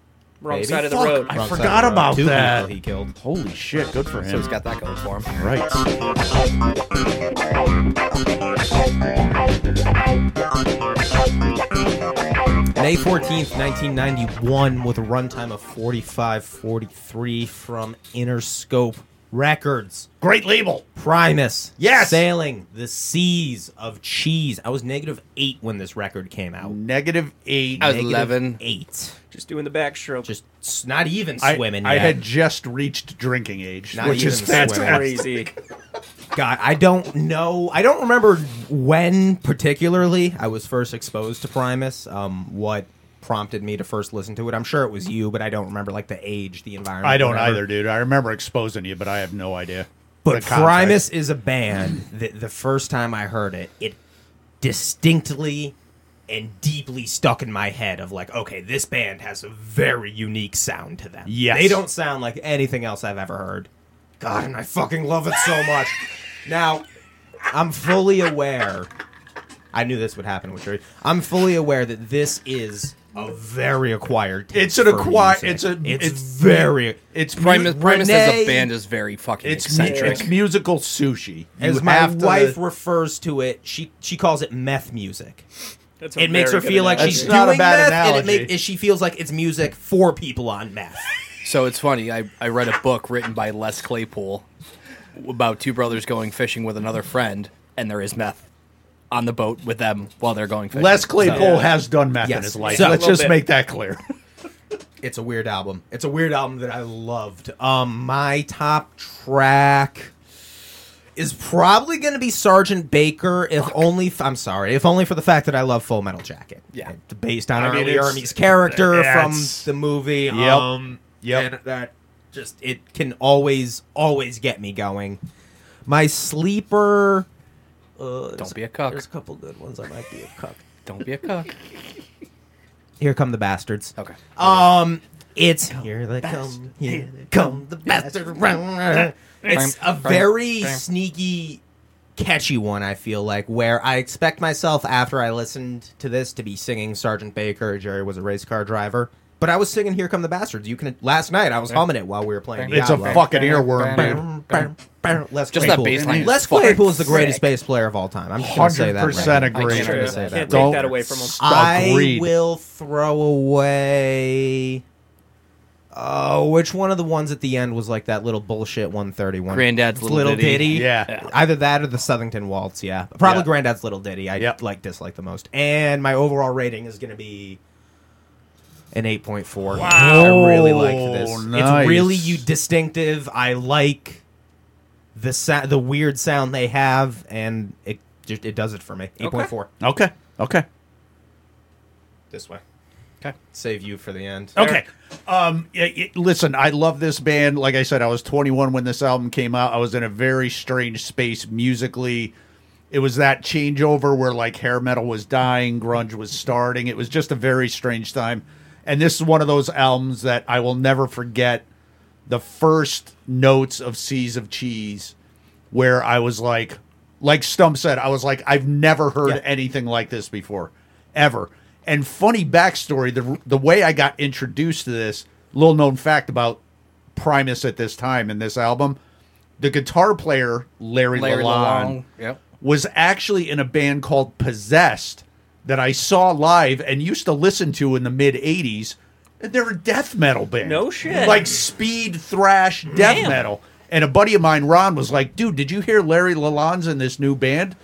Wrong Maybe. side of the Fuck, road. I Wrong side forgot of the road. about Two that. people he killed. Holy shit! Good for him. So he's got that going for him. right. May 14th, 1991, with a runtime of 45.43 from Interscope Records. Great label. Primus. Yes. Sailing the seas of cheese. I was negative eight when this record came out. Negative eight. I was Negative 11. Eight. Just doing the backstroke. Just s- not even I, swimming. I yet. had just reached drinking age, Not which is even swimming. fantastic. crazy. God, I don't know. I don't remember when particularly I was first exposed to Primus. Um, what prompted me to first listen to it? I'm sure it was you, but I don't remember like the age, the environment. I don't whatever. either, dude. I remember exposing you, but I have no idea. But The context. Primus is a band that the first time I heard it, it distinctly and deeply stuck in my head of like, okay, this band has a very unique sound to them. Yes. They don't sound like anything else I've ever heard. God, and I fucking love it so much. now, I'm fully aware. I knew this would happen with Jerry. I'm fully aware that this is a very acquired. taste It's an for acquired. music. It's a. It's, very. It's Primus, mu- Primus as Renee- a band is very fucking It's mu- eccentric. it's musical sushi. As You my have to- wife refers to it, she she calls it meth music. That's a It makes her very good feel like analogy. she's That's not a doing bad meth, and it analogy. make, and she feels like it's music for people on meth. So it's funny. I, I read a book written by Les Claypool about two brothers going fishing with another friend, and there is meth on the boat with them while they're going fishing. Les Claypool So- has done meth in Yes. his life. So- Let's Little just bit. make that clear. It's a weird album. It's a weird album that I loved. Um, my top track is probably going to be Sergeant Baker. If only, f- I'm sorry, if only for the fact that I love Full Metal Jacket. Yeah. based on I mean, Arlie it's- Ermey's character yeah, from it's- the movie. Yep. Um, Yep. and that just it can always always get me going. My sleeper. Uh, Don't there's- be a cuck. There's a couple good ones. I might be a cuck. Don't be a cuck. Here come the bastards. Okay. Um, it's here they come, here they come, the bastard. It's a very sneaky, catchy one. I feel like where I expect myself after I listened to this to be singing Sergeant Baker. Jerry was a race car driver, but I was singing "Here Come the Bastards." You can last night. I was humming it while we were playing. It's a Diablo. fucking earworm, dude. Bam, bam, bam. Les Just that Claypool. bass line is Les fucking Claypool is the greatest sick. bass player of all time. I'm just gonna say that. right 100% now. agree. I'm just True. gonna I say can't that. take Don't- that away from him. I Agreed. will throw away. Oh, which one of the ones at the end was like that little bullshit 131? Granddad's Little Ditty. Yeah. Either that or the Southington Waltz, yeah. Probably Yeah. Granddad's Little Ditty. I Yep. like dislike the most. And my overall rating is going to be an 8.4. Wow. I really liked this. Oh, nice. It's really you distinctive. I like the sa- the weird sound they have and it just it does it for me. 8.4 Okay. Okay. this way. Okay. Save you for the end. Okay. Um, yeah, it- listen, I love this band. Like I said, I was 21 when this album came out. I was in a very strange space musically. It was that changeover where like hair metal was dying, grunge was starting. It was just a very strange time. And this is one of those albums that I will never forget the first notes of Seas of Cheese where I was like, like Stump said, I was like, I've never heard Yeah. anything like this before, ever. And funny backstory: the the way I got introduced to this, little known fact about Primus at this time in this album, the guitar player Larry, Larry Lalonde Lalonde, yep. was actually in a band called Possessed that I saw live and used to listen to in the mid '80s. And they're a death metal band. No shit. Like speed thrash death Damn. metal. And a buddy of mine, Ron, was like, dude, did you hear Larry Lalonde's in this new band?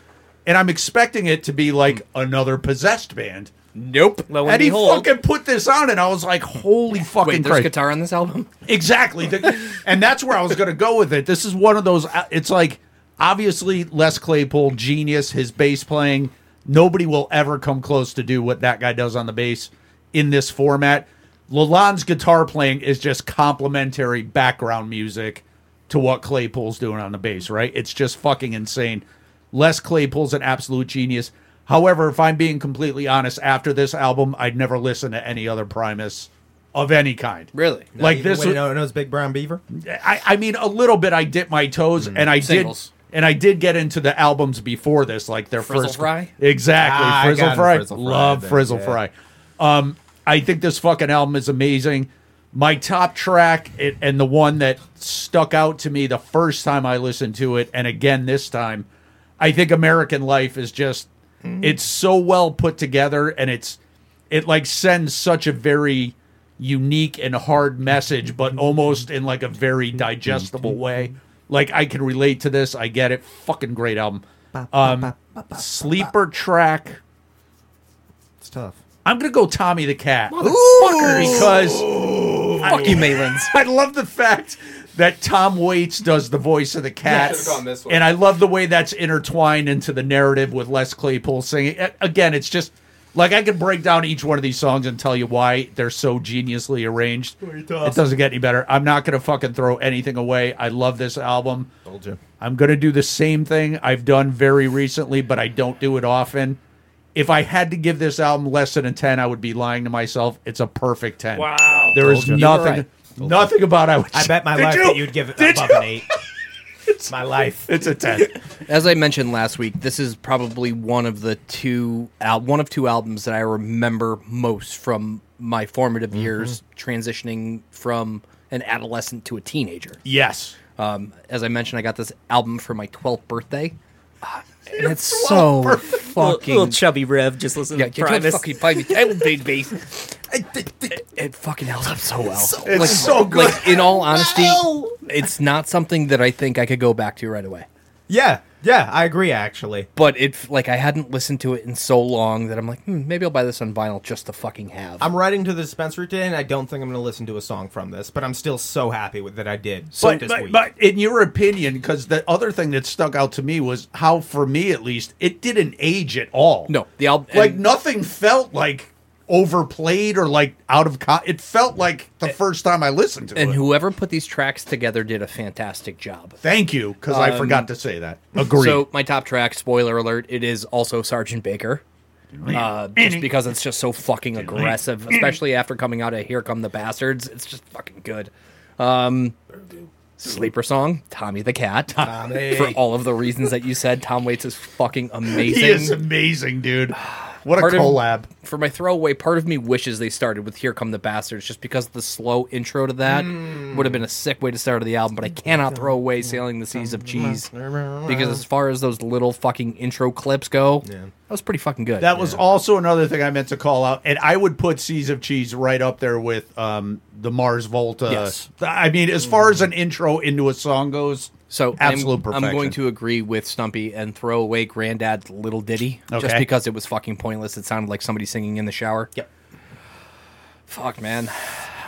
And I'm expecting it to be like another possessed band. Nope. Hmm. Lo and and he behold, fucking put this on, and I was like, holy fucking Wait, there's Christ. guitar on this album? Exactly. The- and that's where I was going to go with it. This is one of those. uh, It's like obviously Les Claypool, genius, his bass playing. Nobody will ever come close to do what that guy does on the bass in this format. Lalonde's guitar playing is just complementary background music to what Claypool's doing on the bass, right? It's just fucking insane. Les Claypool's an absolute genius. However, if I'm being completely honest, after this album, I'd never listen to any other Primus of any kind. Really? Not Like Even this when you know, knows Big Brown Beaver. I, I mean, a little bit. I dipped my toes, and I Mm-hmm. Singles. did, and I did get into the albums before this, like their Frizzle first Fry? Exactly, Ah, I frizzle, got it, fry. Frizzle Fry, Love then, frizzle yeah. fry. Um, I think this fucking album is amazing. My top track, it, and the one that stuck out to me the first time I listened to it, and again this time, I think American Life is just Mm. it's so well put together, and it's it like sends such a very unique and hard message, but almost in like a very digestible way. Like I can relate to this. I get it. Fucking great album. Um, sleeper track. It's tough. I'm gonna go Tommy the Cat because Fuck you, Maylands. I love the fact that Tom Waits does the voice of the cat, Yes. Should've gone this way. and I love the way that's intertwined into the narrative with Les Claypool singing. A- Again, it's just like I could break down each one of these songs and tell you why they're so geniusly arranged. It doesn't get any better. I'm not gonna fucking throw anything away. I love this album. Told you. I'm going to do the same thing I've done very recently, but I don't do it often. If I had to give this album less than a 10, I would be lying to myself. It's a perfect 10. Wow. There is Told you. You were nothing right. nothing about I would I bet my Did life you? that you'd give it Did above you? an eight. It's my life. It's a 10. As I mentioned last week, this is probably one of the two al- one of two albums that I remember most from my formative years transitioning from an adolescent to a teenager. yes. Um, as I mentioned, I got this album for my 12th birthday. Ah, And it's so little, fucking little chubby Rev just listen yeah, to you can't Primus. fucking find me. baby. It, it fucking held up so well. It's so good. Like in all honesty, it's not something that I think I could go back to right away. Yeah, yeah, I agree. Actually, But it like I hadn't listened to it in so long that I'm like, hmm, maybe I'll buy this on vinyl just to fucking have. I'm riding to the dispensary today, and I don't think I'm going to listen to a song from this. But I'm still so happy with that I did. So But, this but, week. but in your opinion, because the other thing that stuck out to me was how, for me at least, it didn't age at all. no, the album like and- nothing felt like overplayed or like out of con- it felt like the first time i listened to and it whoever put these tracks together did a fantastic job. thank you because Um, i forgot to say that agree So my top track, spoiler alert, it is also Sergeant Baker. Uh, just because it's just so fucking aggressive, Mm. especially after coming out of Here Come the Bastards. It's just fucking good. Um, sleeper song, Tommy the Cat. Tommy. For all of the reasons that you said, Tom Waits is fucking amazing. he is amazing dude what a Part of- collab For my throwaway, part of me wishes they started with Here Come the Bastards just because the slow intro to that Hmm. would have been a sick way to start the album, but I cannot throw away Sailing the Seas of Cheese because as far as those little fucking intro clips go, that was pretty fucking good. that was also another thing i meant to call out and i would put seas of cheese right up there with um the mars volta Yes. i mean as far as an intro into a song goes so absolute I'm, perfection I'm going to agree with Stumpy and throw away Granddad's Little Ditty just Okay. because it was fucking pointless. It sounded like somebody singing in the shower. Yep. Fuck, man.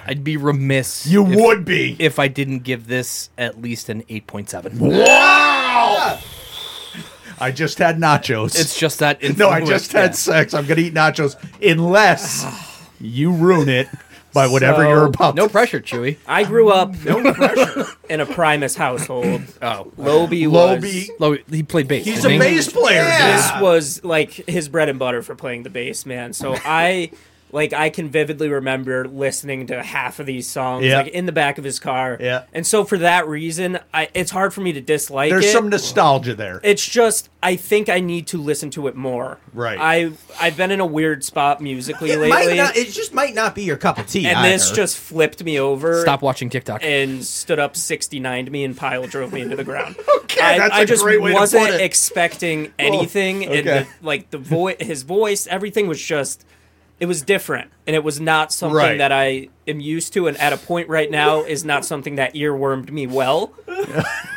I'd be remiss you if- would be if I didn't give this at least an 8.7. wow i just had nachos It's just that. No, I influence, just had yeah. sex. I'm gonna eat nachos unless you ruin it by whatever So- you're about. No to- pressure, Chewy. I grew up in a Primus household. Oh, Lobie was. Lobie. Lo- he played bass. He's didn't a he? bass player. Yeah. dude. this was like his bread and butter for playing the bass, man. So I like I can vividly remember listening to half of these songs Yeah. like in the back of his car. Yeah. And so for that reason, I it's hard for me to dislike There's it. some nostalgia there. it's just I think I need to listen to it more. Right. I I've been in a weird spot musically it lately. might not. It just might not be your cup of tea. and this either. just flipped me over. Stop watching TikTok. and stood up 69 to me and pile drove me into the ground. Okay, I, that's I a just great way to wasn't put it. expecting anything, and okay. the, like the voice, his voice, everything was just, it was different. and it was not something Right. that I am used to, and at a point right now is not something that earwormed me well.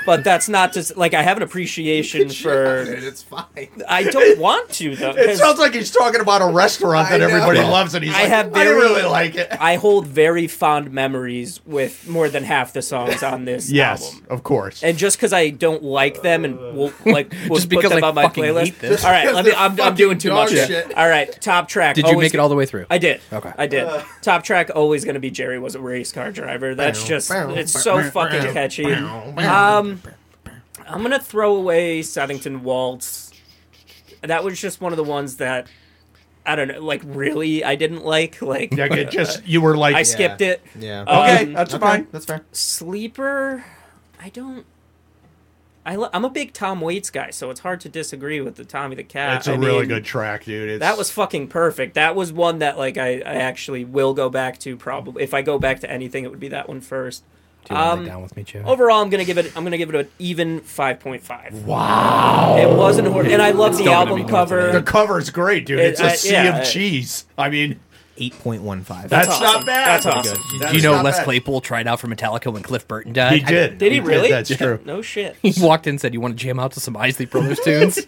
but that's not just like I have an appreciation for. It's fine. I don't want to though. It 'cause sounds like he's talking about a restaurant that I know. everybody loves, and he's I like, have I very- really like it. I hold very fond memories with more than half the songs on this Yes, album. of course. And just because I don't like them and will like will Just put because them I on my fucking playlist. hate this. All right, let me. They're I'm, I'm fucking doing too dog much. here. shit. All right, top track. Did you always- make it all the way through? I did. Okay. I did. Top track always going to be Jerry was a race car driver. That's just it's so fucking catchy. Um, I'm gonna throw away Southington Waltz. That was just one of the ones that I don't know. Like really, I didn't like. Like like it just you were like, I skipped it. Yeah. okay, Um, that's fine. Oh, That's fair. Sleeper, I don't. I lo- I'm a big Tom Waits guy, so it's hard to disagree with the Tommy the Cat. That's a I really mean, good track, dude. It's, That was fucking perfect. That was one that like I, I actually will go back to probably if I go back to anything, it would be that one first. Do you wanna lay Um, down with me, Joe? Overall, I'm gonna give it. I'm gonna give it an even five point five. Wow! It wasn't, hor- and I love the gonna album be doing cover. the cover's great, dude. It- it's a I- sea yeah, of I- cheese. I mean, Eight point one five. that's, awesome. not bad. That's awesome. Do you know Les Clay? Claypool tried out for Metallica when Cliff Burton died? He did. Did he really? That's true. No shit. He walked in and said, You want to jam out to some Isley Brothers tunes?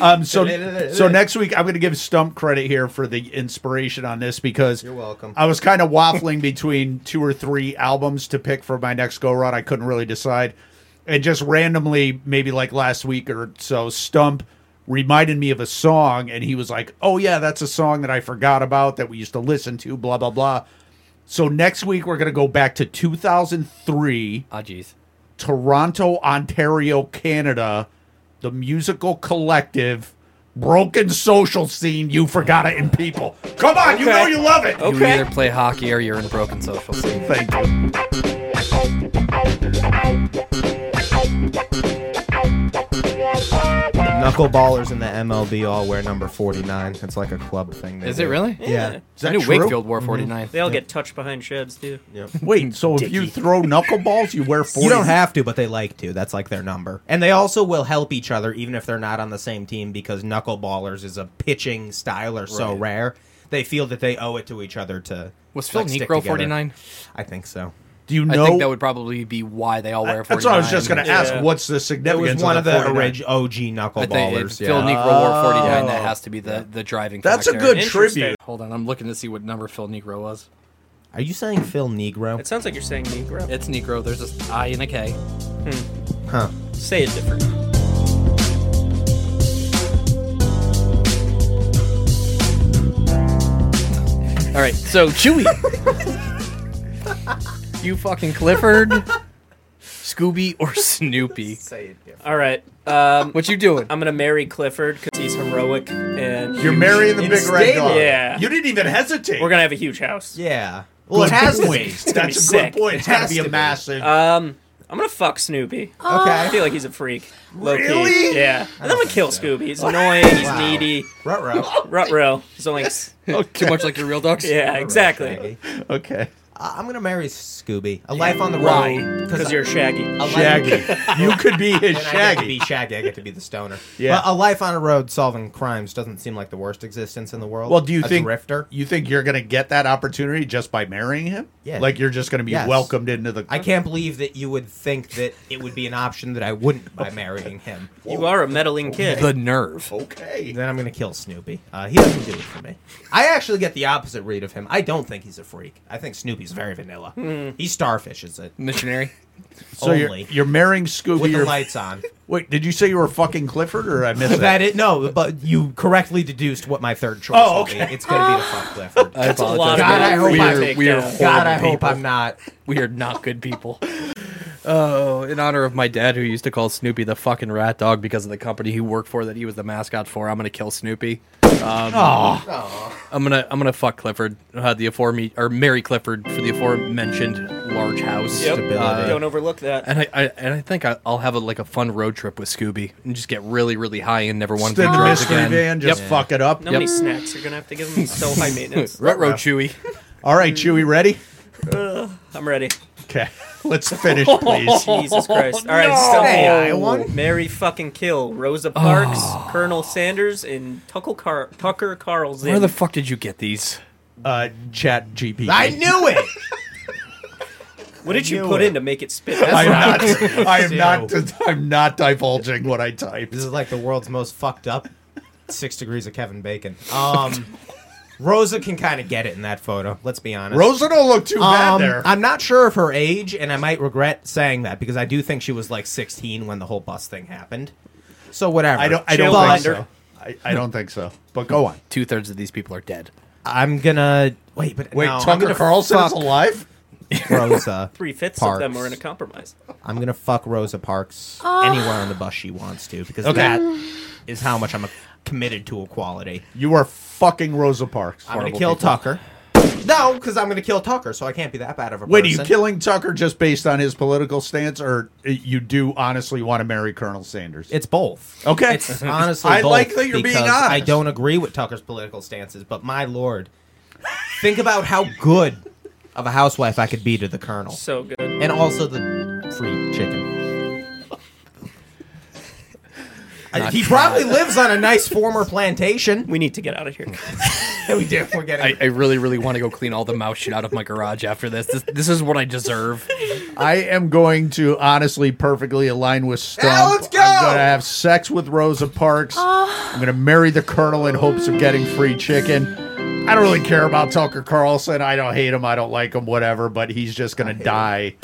um, so so next week I'm going to give Stump credit here for the inspiration on this because You're welcome. I was kind of waffling between two or three albums to pick for my next go round. I couldn't really decide, and just randomly, maybe like last week or so, Stump reminded me of a song, and he was like, "Oh yeah, that's a song that I forgot about that we used to listen to." Blah blah blah. So next week we're going to go back to 2003. Ah, jeez. Toronto, Ontario, Canada, the musical collective, broken social scene, you forgot it in people. Come on, you Okay. know you love it. You Okay. either play hockey or you're in broken social scene. Thank you. Knuckleballers in the MLB all wear number forty nine. It's like a club thing. they Is it do. really? Yeah. Is that I knew true? Wakefield wore 49. They all get touched behind sheds too. Wait, so if you throw knuckleballs, you wear 40. You don't have to, but they like to. That's like their number. And they also will help each other, even if they're not on the same team, because knuckleballers is a pitching style or so rare. They feel that they owe it to each other to. Was Phil like, stick Necro together. 49? I think so. Do you I know? think that would probably be why they all wear 49. that's what I was just going to ask. Yeah. What's the It significance? was one of the 49? orig- OG I think knuckleballers. if Phil yeah. Negro wore 49. That has to be the, the driving Oh. That's a factor. good Interesting. tribute. Hold on, I'm looking to see what number Phil Negro was. Are you saying Phil Negro? It sounds like you're saying Negro. It's Negro. There's an I and a K. huh. Say it different. All right, so Chewy. you fucking Clifford, Scooby, or Snoopy? All right. Um, What you doing? I'm gonna marry Clifford because he's heroic and You're marrying the big red Stable. dog. Yeah. You didn't even hesitate. we're gonna have a huge house. Yeah. Well, it has to be. That's gonna a be good sick. point. It's got has to be a to be. massive. Um, I'm gonna fuck Snoopy. I Okay. feel like he's a freak. Low Really? Key. Yeah. And I'm gonna kill Scooby. He's annoying. He's needy. Ruh-roh. Rutro. He's only. s- Too much like your real dogs. Yeah. Exactly. Shaggy. okay. I- I'm gonna marry Scooby. A life on the Why? road. Because I- you're Shaggy. a life- Shaggy. you could be his And I get to Shaggy. be Shaggy. I get to be the stoner. Yeah. But a life on a road solving crimes doesn't seem like the worst existence in the world. Well, do you a think drifter? You think you're going to get that opportunity just by marrying him? Yeah. Like you're just going to be Yes. welcomed into the. I can't believe that you would think that it would be an option that I wouldn't by marrying him. You are a meddling kid. The nerve. Okay. Then I'm gonna kill Snoopy. Uh, he doesn't do it for me. I actually get the opposite read of him. I don't think he's a freak. I think Snoopy's very vanilla. He starfishes it Missionary. So you're, only you're marrying Scooby. with the you're- lights on. Wait, did you say you were fucking Clifford, or I missed that that? it no, but you correctly deduced what my third choice. Oh, will be. It's gonna be the fuck Clifford. I That's a apologize. lot of God, I hope we I- take we are- down. God, I horrible hope people. I'm not. We are not good people. Oh, in honor of my dad, who used to call Snoopy the fucking rat dog because of the company he worked for that he was the mascot for, I'm gonna kill Snoopy. Um, Oh, I'm gonna I'm gonna fuck Clifford, uh, the aforeme or marry Clifford for the aforementioned large house. Yep. Stability. Uh, Don't overlook that. And I, I and I think I, I'll have a, like a fun road trip with Scooby and just get really really high and never want to in do the drugs mystery again. van, just yep. fuck it up. How many snacks you're gonna have to give him? So high maintenance. Rutro Chewy. All right, Chewy, ready? I'm ready. Okay, let's finish, please. Jesus Christ. All right, stop. Mary fucking kill Rosa Parks, Colonel Sanders, and Tucker, Car- Tucker Carlson. Where the fuck did you get these? uh, Chat GPT. I knew it. What did you knew put it. in to make it spit? I am That's what I- not. I am not. Ew. I'm not divulging what I typed. This is like the world's most fucked up six degrees of Kevin Bacon. Um, Rosa can kind of get it in that photo. Let's be honest. Rosa don't look too bad Um, there. I'm not sure of her age, and I might regret saying that because I do think she was like 16 when the whole bus thing happened. So whatever. I don't. I don't But- think so. I, I don't think so. But go on. Two thirds of these people are dead. I'm gonna wait, but Wait, no, I'm Tucker gonna Carlson is fuck alive. Rosa. Three fifths of Parks. them were in a compromise. I'm gonna fuck Rosa Parks anywhere on the bus she wants to because Okay. that is how much I'm committed to equality. You are fucking Rosa Parks. I'm gonna Horrible kill people. Tucker. No, because I'm gonna kill Tucker, so I can't be that bad of a Wait, are person. you killing Tucker just based on his political stance, or uh, you do honestly want to marry Colonel Sanders? It's both. Okay. It's honestly I both like that you're being because honest. I don't agree with Tucker's political stances, but my lord, think about how good of a housewife I could be to the colonel, So good. and also the free chicken. I- he probably lives on a nice former plantation. We need to get out of here. we do. We're getting. I, I really, really want to go clean all the mouse shit out of my garage after this. This, this is what I deserve. I am going to honestly perfectly align with Stump. Yeah, let's go! I'm going to have sex with Rosa Parks. I'm going to marry the Colonel in hopes of getting free chicken. I don't really care about Tucker Carlson. I don't hate him. I don't like him. Whatever. But he's just going to die,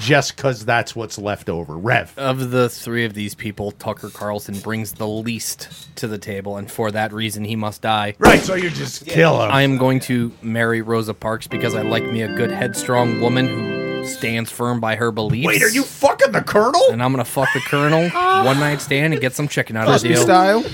just because that's what's left over. Rev. Of the three of these people, Tucker Carlson brings the least to the table, and for that reason, he must die. right. So you just kill him. I am going to marry Rosa Parks because I like me a good, headstrong woman who stands firm by her beliefs. Wait, are you fucking the Colonel? And I'm gonna fuck the Colonel one night stand and get some chicken out of the deal. style.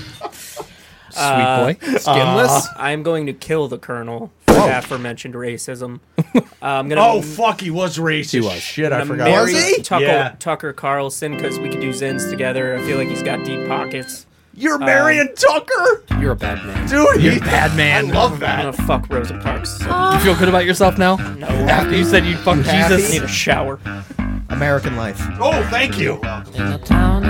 Sweet boy, skinless. I'm going to kill the colonel for the aforementioned racism. Uh, I'm gonna. Oh fuck, he was racist. was. Shit, I I'm gonna forgot. marry Was he? Tucker, Yeah. Tucker Carlson because we could do Zins together. I feel like he's got deep pockets. You're Uh, marrying Tucker, You're a bad man. dude. You're bad man. I love I'm that. gonna fuck Rosa Parks. You feel good about yourself now? no, After you said you'd fuck I Jesus. need a shower. American life. Oh, thank you. In the town